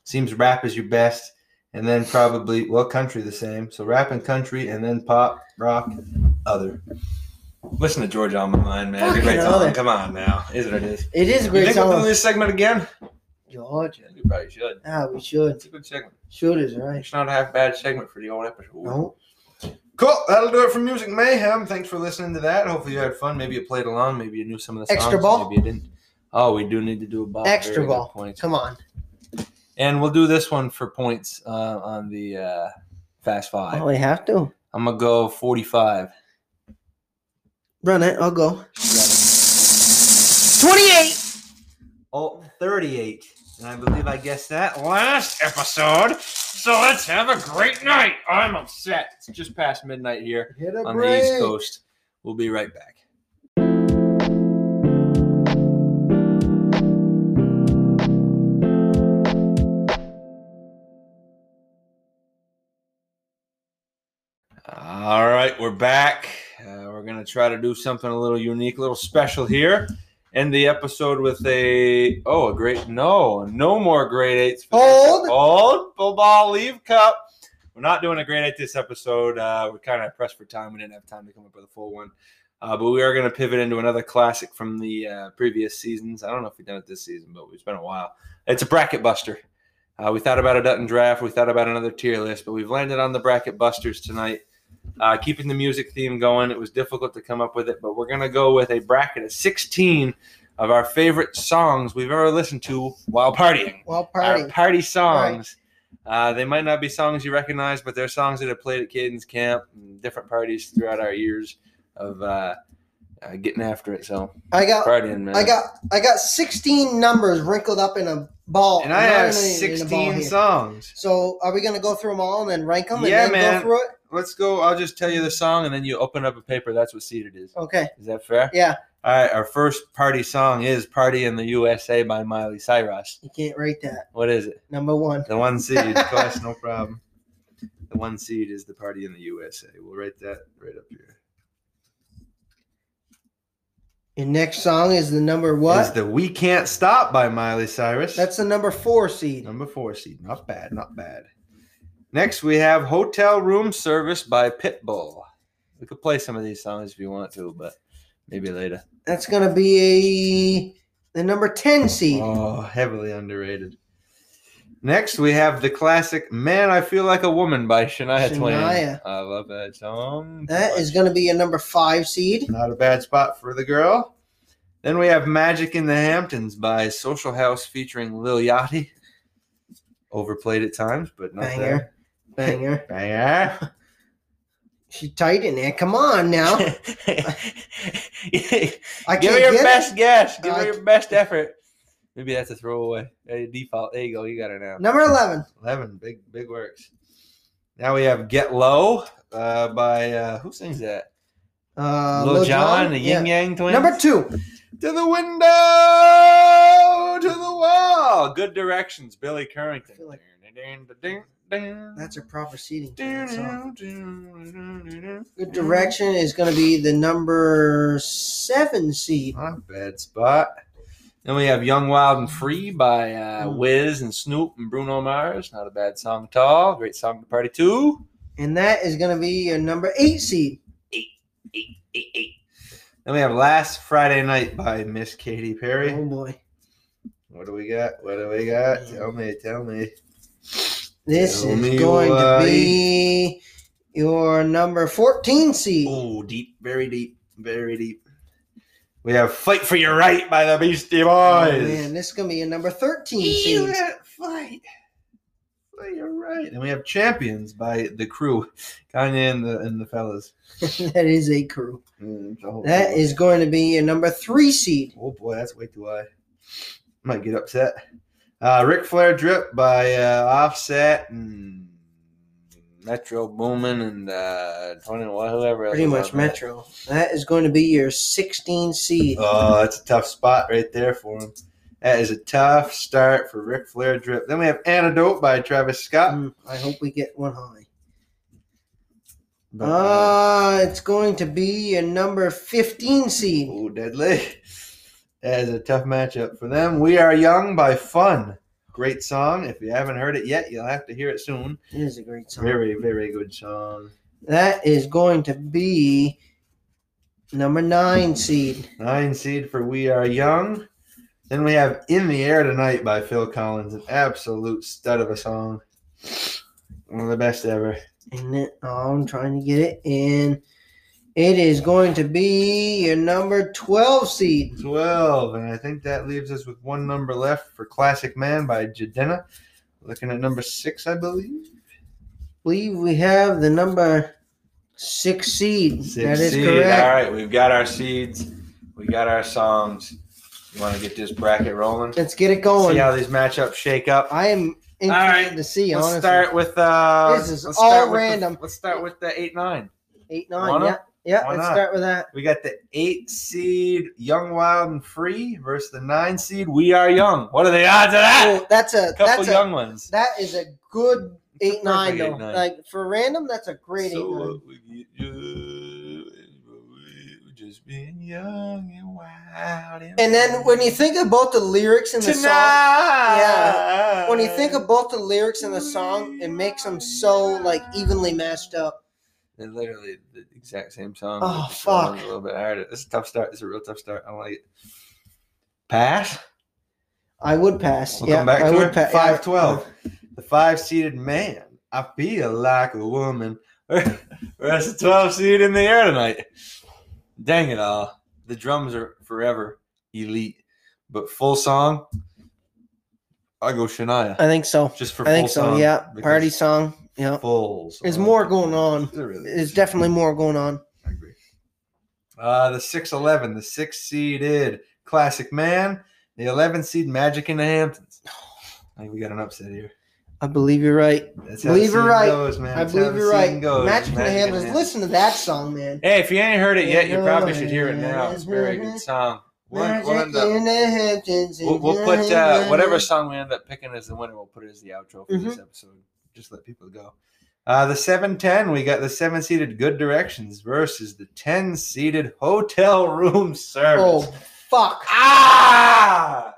seems rap is your best, and then probably well country the same. So rap and country, and then pop, rock, other. Listen to George on my mind, man. It's a Fucking great song. other. Come on now, is what it is. It is a You great think we'll do song. this segment again? Georgia. We probably should. Ah, we should. It's a good segment. Should is right. It's not a half bad segment for the old episode. No. Cool. That'll do it for Music Mayhem. Thanks for listening to that. Hopefully you had fun. Maybe you played along. Maybe you knew some of the songs. Extra ball? Maybe you didn't. Oh, we do need to do a ball. Extra Very good ball. point. Come on. And we'll do this one for points uh, on the uh, Fast Five. Oh, we have to. I'm gonna go 45. Run it. I'll go. You got it. 28. Oh, 38. And I believe I guessed that last episode. So let's have a great night. I'm upset. It's just past midnight here. Hit a on the East Coast. We'll be right back. All right, we're back. Uh, we're going to try to do something a little unique, a little special here. End the episode with a oh a great no no more grade eights for this- Hold. hold full ball leave cup we're not doing a great at this episode. Uh, we're kind of pressed for time. We didn't have time to come up with a full one. Uh, but we are going to pivot into another classic from the uh, previous seasons. I don't know if we've done it this season, but it's been a while. It's a bracket buster. Uh, we thought about a Dutton draft. We thought about another tier list, but we've landed on the bracket busters tonight. Uh, keeping the music theme going, it was difficult to come up with it, but we're going to go with a bracket of 16 of our favorite songs we've ever listened to while partying Well, our party. party songs. Uh, they might not be songs you recognize, but they're songs that have played at Caden's camp and different parties throughout our years of uh, uh, getting after it. So I got. partying, man. Uh, I got I got 16 numbers wrinkled up in a ball. and I Not have in a- in a ball 16 here. songs. So are we gonna go through them all and then rank them? Yeah, and then man. Go through it. Let's go. I'll just tell you the song, and then you open up a paper. That's what seed it is. Okay. Is that fair? Yeah. All right. Our first party song is "Party in the USA" by Miley Cyrus. You can't rate that. What is it? Number one. The one seed, of course, no problem. The one seed is the party in the USA. We'll write that right up here. Your next song is the number Is what? the We Can't Stop by Miley Cyrus. That's the number four seed. number four seed. Not bad, not bad. Next, we have Hotel Room Service by Pitbull. We could play some of these songs if you want to, but maybe later. That's gonna be a the number ten seed. Oh, heavily underrated. Next, we have the classic Man, I Feel Like a Woman by Shania, Twain. Shania. I love that song. That is gonna be a number five seed. Not a bad spot for the girl. Then we have Magic in the Hamptons by Social House featuring Lil Yachty. Overplayed at times, but not Banger. Banger. there. Banger. She tight in there. Come on now. I can't Give me your get best guess. Give I me your best effort. Maybe that's a throwaway. Hey, default. There you go. You got it now. it. Number eleven. 11. Big, big works. Now we have Get Low uh, by, uh, who sings that? Uh, Lil Jon, the yeah. Yin Yang Twins. Number two. To the window, to the wall. Good directions, Billy Currington. I feel like- That's a proper seating. for that song. Good direction is going to be the number seven seed. Not a bad spot. Then we have Young, Wild, and Free by uh, Mm. Wiz and Snoop and Bruno Mars. Not a bad song at all. Great song to party to. And that is going to be a number eight seed. Then we have Last Friday Night by Miss Katy Perry. Oh boy. What do we got? What do we got? Tell me, tell me. This Tell me is going why. to be your number 14 seed. Oh, deep, very deep, very deep. We have Fight for Your Right by the Beastie Oh, Boys. man, this is going to be your number 13 you seed. got fight. Fight Your Right. And we have Champions by the crew, Kanye and the, and the fellas. that is a crew. Mm, it's a whole That crew. is going to be your number 3 seed. Oh boy, that's way too high. Might get upset. Uh, Ric Flair Drip by uh, Offset and Metro Boomin and uh, 21, whoever. else Pretty was much on that. Metro. That is going to be your 16 seed. Oh, that's a tough spot right there for him. That is a tough start for Ric Flair Drip. Then we have Antidote by Travis Scott. Mm, I hope we get one high. But, uh, Uh, it's going to be your number 15 seed. oh, deadly. That is a tough matchup for them. We Are Young by Fun. Great song. If you haven't heard it yet, you'll have to hear it soon. It is a great song. Very, very good song. That is going to be number 9 seed. Nine seed for We Are Young. Then we have In the Air Tonight by Phil Collins, an absolute stud of a song. One of the best ever. And then oh, I'm trying to get it in. It is going to be your number 12 seed. 12. And I think that leaves us with one number left for Classic Man by Jadena. Looking at number six, I believe. believe we have the number 6 seed. Six that is seed. correct. All right, we've got our seeds. We got our songs. You want to get this bracket rolling? Let's get it See going. how these matchups shake up. I am interested right, to see, Let's honestly. start with uh This is let's start with all the- random. let's start with the eight nine. 8 9. Wanna? Yeah. Yeah, Why let's not? start with that. We got the eight seed Young Wild and Free versus the nine seed We Are Young. What are the odds of that? Oh, that's a A Ah! couple that's a, young ones. that is a good It's a eight nine perfect though. 8-9. Like for random, that's a great eight So nine. uh, we get you, and we just being young and wild. And, And then when you think about the lyrics in the Tonight. song, when you think about the lyrics in the song, it makes them so like evenly matched up. They're literally the exact same song. Oh, but the other fuck. one's A little bit harder. It's a tough start. It's a real tough start. I don't like it. Pass. I would pass. We'll yeah, come back I to would it. pa- Five yeah. twelve. The five seated man. I feel like a woman. Where's the twelve seed in the air tonight? Dang it all. The drums are forever elite. But full song, I go Shania. I think so. Just for I think full so. song, Yeah, because party song. Yeah, Full. Song. there's more going on. There really There's is. definitely more going on. I agree. Uh, the 6'11, the six seeded Classic Man, the 11 seed Magic in the Hamptons. I think we got an upset here. I believe you're right. That's Believe the you're scene right. Goes, man. I That's how believe the you're scene right. goes. Magic in the Magic Hamptons. Listen to that song, man. Hey, if you ain't heard it yet, you probably should hear it now. It's a very good song. We'll, Magic we'll, end up, in the Hamptons. we'll, we'll put uh, whatever song we end up picking as the winner. We'll put it as the outro for Mm-hmm. this episode. Just let people go. Uh, the seven ten. We got the seven seated Good Directions versus the ten seated Hotel Room Service. Oh fuck! Ah!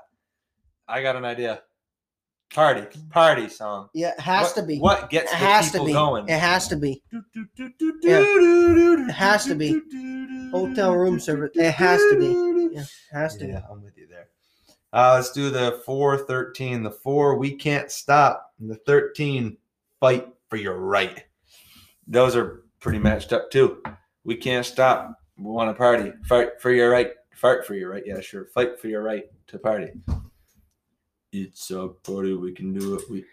I got an idea. Party, party song. Yeah, it has What- to be. What It gets the has to people be. going? It has to be. Yeah. It has to be. Hotel room service. It has to be. Yeah, it has to Yeah, I'm with you there. Uh, let's do the 413. The four, we can't stop. And the 13, fight for your right. Those are pretty matched up too. We can't stop. We want to party. Fight for your right. Fight for your right. Yeah, sure. Fight for your right to party. It's a party. We can do it. We.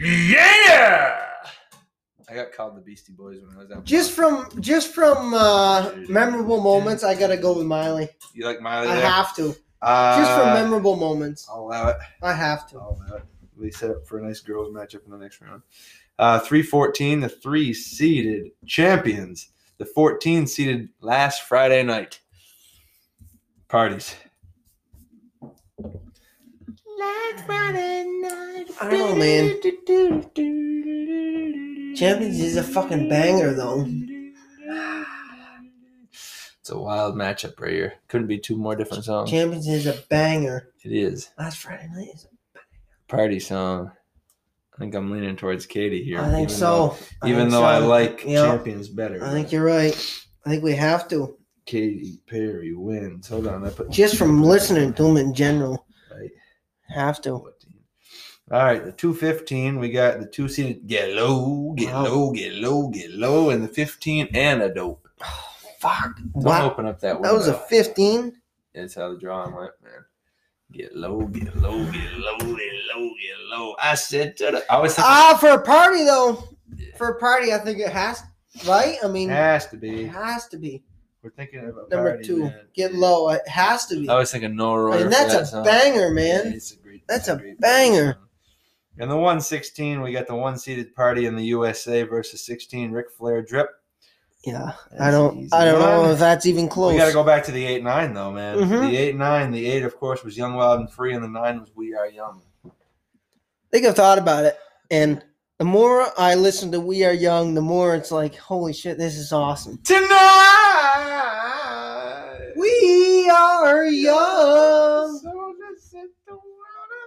Yeah. I got called the Beastie Boys when I was out. be. Just from just from uh, memorable moments, I gotta go with Miley. you like Miley. I there? have to. Oh, Uh, Just from memorable moments, I'll allow it. I have to. I'll allow it. We set up for a nice girls matchup in the next round. Uh, 314, the three seeded champions. The 14 seeded last Friday night. Parties. I don't know, man. Champions is a fucking banger, though. It's a wild matchup right here. Couldn't be two more different songs. Champions is a banger. It is. Last Friday night is. Party song. I think I'm leaning towards Katie here. I think even so. though- even though I so. like Yeah. champions better. I think you're right. I think we have to. Katy Perry wins. Hold on, I put Just from listening to him in general, Right. have to. 14. All right, the 215, we got the two seated get low, get Wow. low, get low, get low, and the 15 antidote. Fuck. Don't Wow. open up that window. That was a 15. That's how the drawing went, man. Get low, get low, get low, get low, get low. I said to the. I was thinking, Ah, for a party though. For a party, I think it has right. I mean, has to it be. has to be We're thinking about number party, two. man. Oh, Get low. It has to be. I was thinking no I roar. mean, that's for that a song. banger, man. it's a great- That's it's a great banger. song. And the 116, we got the one seated party in the USA versus 16 Ric Flair drip. Yeah, That's I an don't. easy I don't know one. if that's even close. We got to go back to the 8 9, though, man. Mhm. The 8 9, the 8, of course, was Young, Wild, and Free, and the 9 was We Are Young. They could have thought about it, and the more I listen to "We Are Young," the more it's like, holy shit, this is awesome. Tonight! We are young. So let's set the world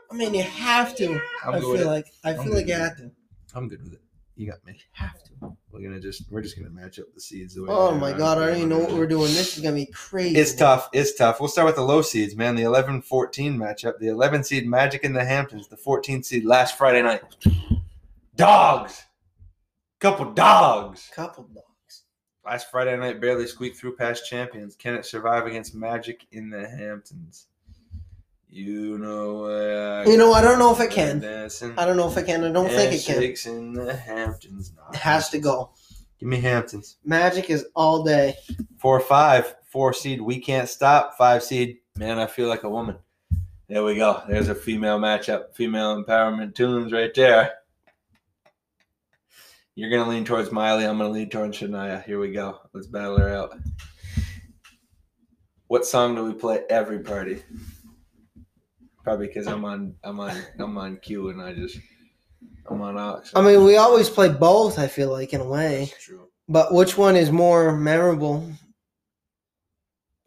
I on mean, you have to. I'm i good with feel it. like I I'm feel good with like I it. have to. I'm good with it. You got me. Have to. We're gonna just we're just gonna match up the seeds. The way Oh they my are. god, I don't even know what we're doing. This is gonna be crazy. It's tough. It's tough. We'll start with the low seeds, man. The 11 14 matchup. The 11 seed Magic in the Hamptons. The 14 seed last Friday night. Dogs. Couple dogs. Couple blocks. Last Friday night barely squeaked through past champions. Can it survive against Magic in the Hamptons? You know what? You know, I don't know if it can. I don't know if I can. I don't think it can. Handshakes in the Hamptons. Nah, It has to go. Give me Hamptons. Magic is all day. Four or five, four seed. We can't stop. Five seed. Man, I feel like a woman. There we go. There's a female matchup. Female empowerment tunes right there. You're gonna lean towards Miley. I'm gonna lean towards Shania. Here we go. Let's battle her out. What song do we play every party? Probably because I'm on I'm on I'm on cue and I just I'm on ox. I mean, we always play both. I feel like in a way, That's true. but which one is more memorable?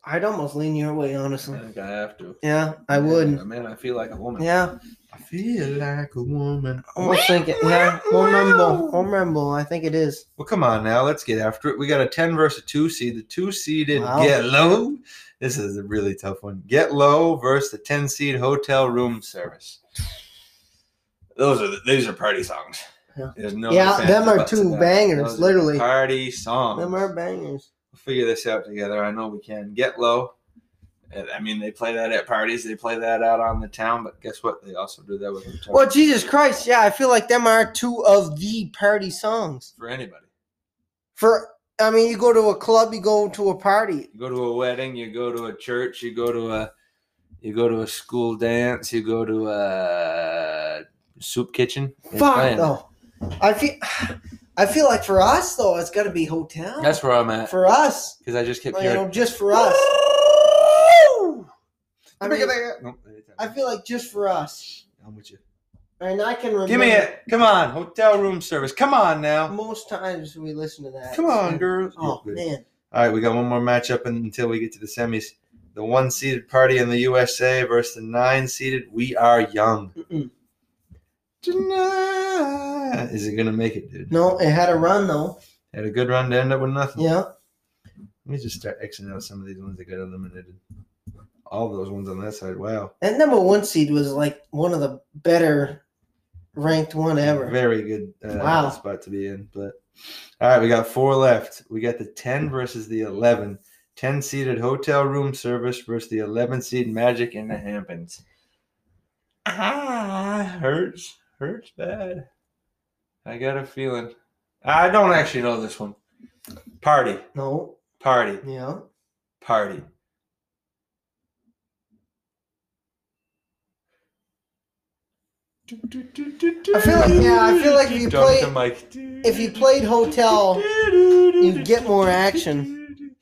I'd almost lean your way, I honestly. think I have to. Yeah, I Man, would. man, I feel like a woman. Yeah, I feel like a woman. almost think it. Yeah, more memorable. More memorable. I think it is. Well, come on now. Let's get after it. We got a 10 versus a 2 seed. The 2 seeded Wow. Get Low. This is a really tough one. Get Low versus the 10 seed Hotel Room Service. Those are the, these are party songs. Yeah. There's no Yeah, ifs, them ands, or are buts two about it. bangers, Those are literally. Party songs. Them are bangers. we'll figure this out together. I know we can. Get low. And, I mean, they play that at parties. They play that out on the town. But guess what? They also do that with hotel Well, Jesus Christ, yeah, I feel like them are two of the party songs. for anybody. For I mean, you go to a club, you go to a party. You go to a wedding. You go to a church. You go to a you go to a school dance. You go to a soup kitchen. They're Fuck playing. no. I feel I feel like for us though, it's gotta be hotel. That's where I'm at for us. because I just kept You know, hearing. just for us. I, mean, Nope. I feel like just for us. I'm with you. And I can remember Give me it. Come on, hotel room service. Come on now. most times we listen to that. Come on, girls. Oh You're good. man. All right, we got one more matchup until we get to the semis. The one seeded party in the USA versus the nine seeded We Are Young. Mm-mm. Tonight. Is it going to make it, dude? No, it had a run though. Had a good run to end up with nothing. Yeah. Let me just start Xing out some of these ones that got eliminated. All those ones on that side. Wow. That number one seed was like one of the better ranked one ever. Very good uh, Wow. spot to be in. But all right, we got four left. We got the 10 Hmm. versus the 11. 10 seeded hotel room service versus the 11 seed magic in the Hamptons. Ah, hurts. Hurts bad. I got a feeling. I don't actually know this one. Party, No, party, yeah. party. I feel like yeah. I feel like if you Dump play the mic. if you played hotel you'd get more action.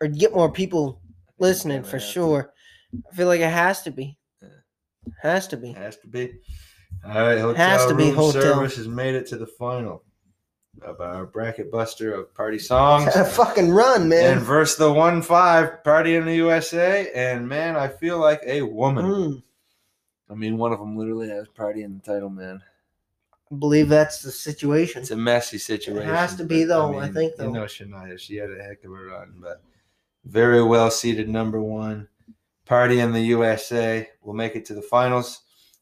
or get more people listening for sure. I feel like it has to be. Has to be. Has to be. All right, hotel Has to be room hotel. service has made it to the final of our bracket buster of party songs. Had a fucking run, and man. verse the one five party in the USA. And man, I feel like a woman. Mm. I mean, one of them literally has party in the title, man. I believe that's the situation. It's a messy situation. to be, but, though, I think, though. You know, Shania, she had a heck of a run, but very well seeded number one. Party in the USA will make it to the finals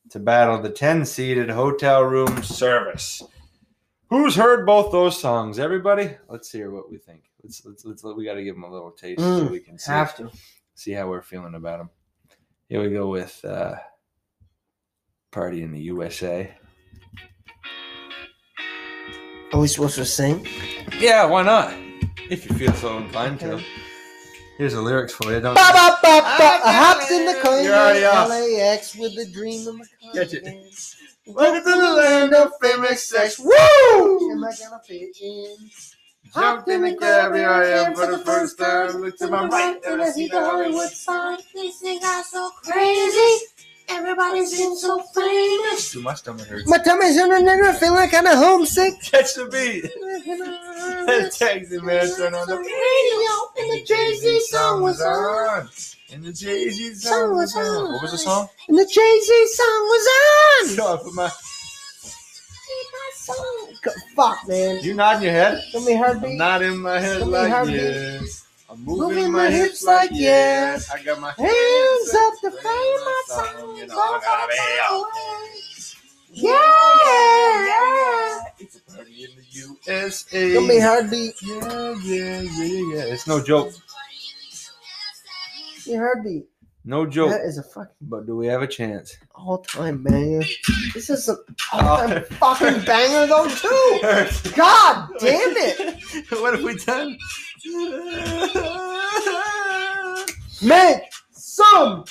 to battle the 10 seeded Hotel Room Service. Who's heard both those songs? Everybody, let's hear what we think. Let's let's, let's we got to give them a little taste so Mm, we can see Have to. see how we're feeling about them. Here we go with uh, Party in the USA. Are we supposed to sing? Yeah, why not? If you feel so inclined to. Okay. Here's the lyrics for you. Don't Ba ba ba ba. Ah, Hops in the car. you're already off. LAX with the dream of my Catch it. confidence. Welcome to the land of famous sex. Am Woo! I gonna fit in? Jumped in the cab, here I am for the first time. Look to my right, and I see the Hollywood. sign. These things are so crazy. Everybody seems so famous. Too much stomach hurts. My tummy's in a nigga, feeling kinda homesick. Catch the beat. Taxi man, turn on the radio and the Jay-Z song was on. And the Jay Z song was on. What was the song? And the Jay Z song was on. No, I put my. Go- Fuck, man. You nodding your head? Give me I'm heartbeat. not in my head Don't be like hard-beat. yes. I'm moving, Moving my, hips like yes. I got my Hands up to raised, fame, my that's how, song you is know, I gotta be out. Yeah. It's a party in the USA. Give me heartbeat. Yeah, yeah, yeah, yeah. It's no joke. Give me heartbeat. No joke. That is a fucking But do we have a chance? all time banger. This is an Uh, all time fucking banger though too. Damn God damn it, what have we done? make some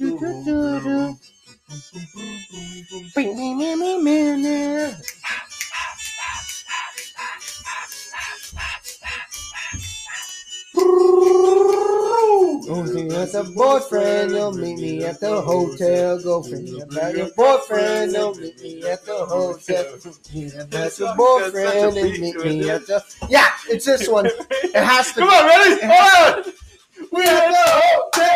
noise. Oh, see you at the boyfriend, you'll meet me at the hotel. Go forget about your boyfriend, you'll meet me at the hotel. That's your boyfriend and meet me at the. Yeah, it's this one. It has to. Come on, ready? Hold on. We at the hotel,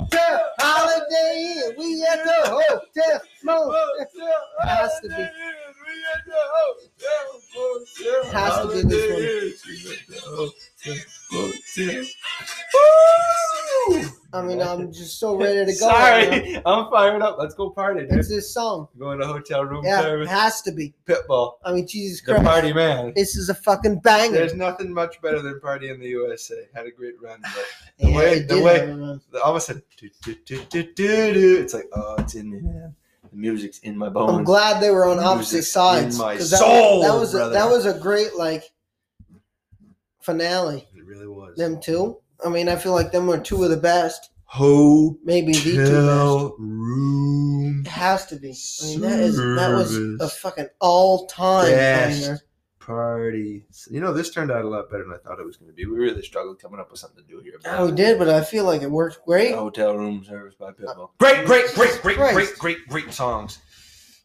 motel, holiday inn. We at the hotel, motel. It has to be. be. Has to be this I mean, I'm just so ready to go. right now. Sorry, I'm fired up. Let's go party, dude. It's this song. Going to hotel room Yeah, it service. has to be. Pitbull, I mean, Jesus the Christ. party man. This is a fucking banger. There's nothing much better than party in the USA. Had a great run, but the Yeah, way- it the did way- have a run. the- all of a sudden, do, do, do, do, do, do. it's like, oh, it's in me, man. The music's in my bones. I'm glad they were on opposite Music sides. in my 'cause that, soul, that was a, brother. that was a great like finale. It really was. Oh, Them two. I mean, I feel like them were two of the best, Hotel maybe the two best. room. It has to be. I mean, that is that was a fucking all time Best. banger. party. You know, this turned out a lot better than I thought it was going to be. We really struggled coming up with something to do here. Yeah, Oh, we did, but I feel like it worked great. Hotel room service by Pitbull. Great, great, great, Oh, great, great, Christ. great, great songs.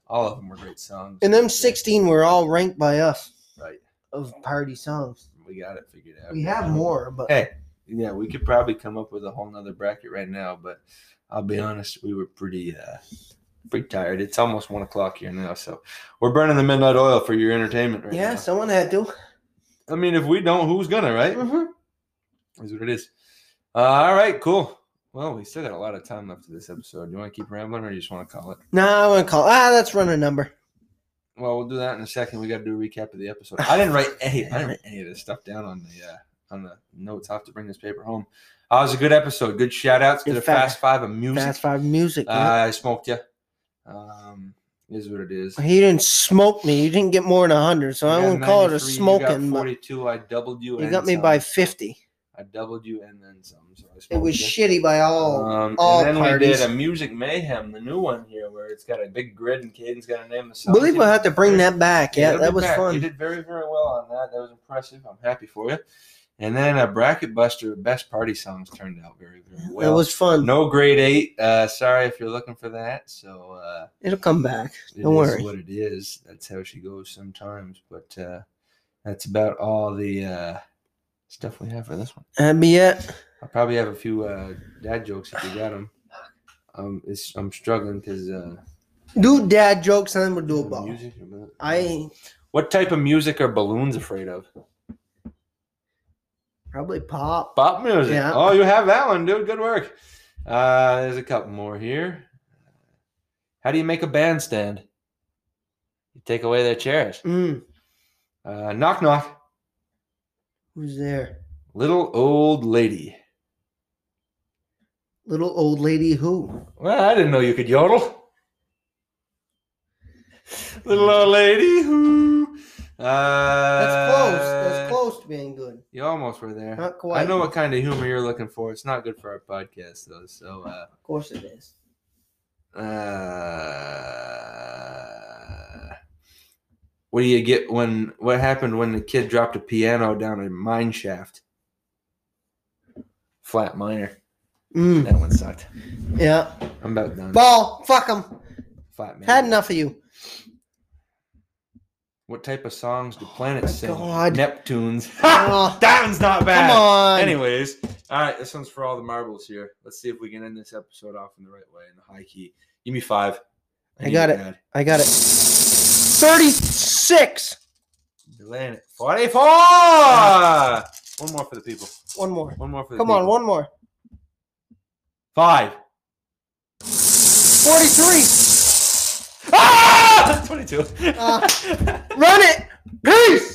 All of them were great songs. And them sixteen were all ranked by us Right. of party songs. We got it figured out. We have more, but Hey, yeah, we could probably come up with a whole nother bracket right now, but I'll be honest, we were pretty uh pretty tired. It's almost one o'clock here now, so we're burning the midnight oil for your entertainment right yeah, now. someone had to. I mean, if we don't, who's gonna, right? hmm Is what it is. Uh, all right, cool. Well, we still got a lot of time left to this episode. Do you want to keep rambling, or you just want to call it? No, I want to call. Ah, let's run a number. Well, we'll do that in a second. We got to do a recap of the episode. I didn't write any. I didn't write any of this stuff down on the uh, on the notes. I will have to bring this paper home. Uh, it was a good episode. Good shout outs to Good the fa- Fast Five of music. Fast Five Music. Uh, man. I smoked you. Um, is what it is. He didn't smoke me. You didn't get more than 100, so I You got won't call it a 93, you got smoking, but Forty-two. I doubled you. you and got me some. by 50. I doubled you and then some. So I It smoked was ya. shitty by all. Um, all and then we parties. did a music mayhem, the new one here, where it's got a big grid and Caden's got a name. Of songs. believe I have to bring that back. Yeah, it'll that be was back. You fun. did very very well on that. That was impressive. I'm happy for you. And then a bracket buster best party songs turned out very very well. that was fun. no grade eight. Uh, sorry if you're looking for that. So uh, It'll come back. it Don't is worry. what it is. That's how she goes sometimes. But uh, that's about all the uh, stuff we have for this one. That'd be it. I probably have a few uh, dad jokes if you got them. Um, it's, I'm struggling because uh, Do dad jokes and then we'll do a ball. music. I What type of music are balloons afraid of? Probably pop. Bop music. Yeah. Oh, you have that one, dude. Good work. Uh, there's a couple more here. How do you make a bandstand? You take away their chairs. Mm, Uh, knock knock. who's there? Little old lady. Little old lady who? Well, I didn't know you could yodel. Little old lady who. Uh, That's close. That's close to being good. You almost were there. Not quite. I know what kind of humor you're looking for. It's not good for our podcast though. So. Uh, Of course it is. Uh, what do you get when what happened when the kid dropped a piano down a mine shaft? Flat minor. Mm, That one sucked. yeah. I'm about done. Ball. Fuck them. Flat minor. Had enough of you. what type of songs do planets sing? Oh God. Neptune's. Oh. that one's not bad. Come on. Anyways, all right, this one's for all the marbles here. Let's see if we can end this episode off in the right way in the high key. Give me five. I got need it. bad. I got it. 36. Delaying it. 44! One more for the people. One more. One more for the Come on, people. one more. Five. 43. Ah! 22. Ah! Uh, Run it. Peace.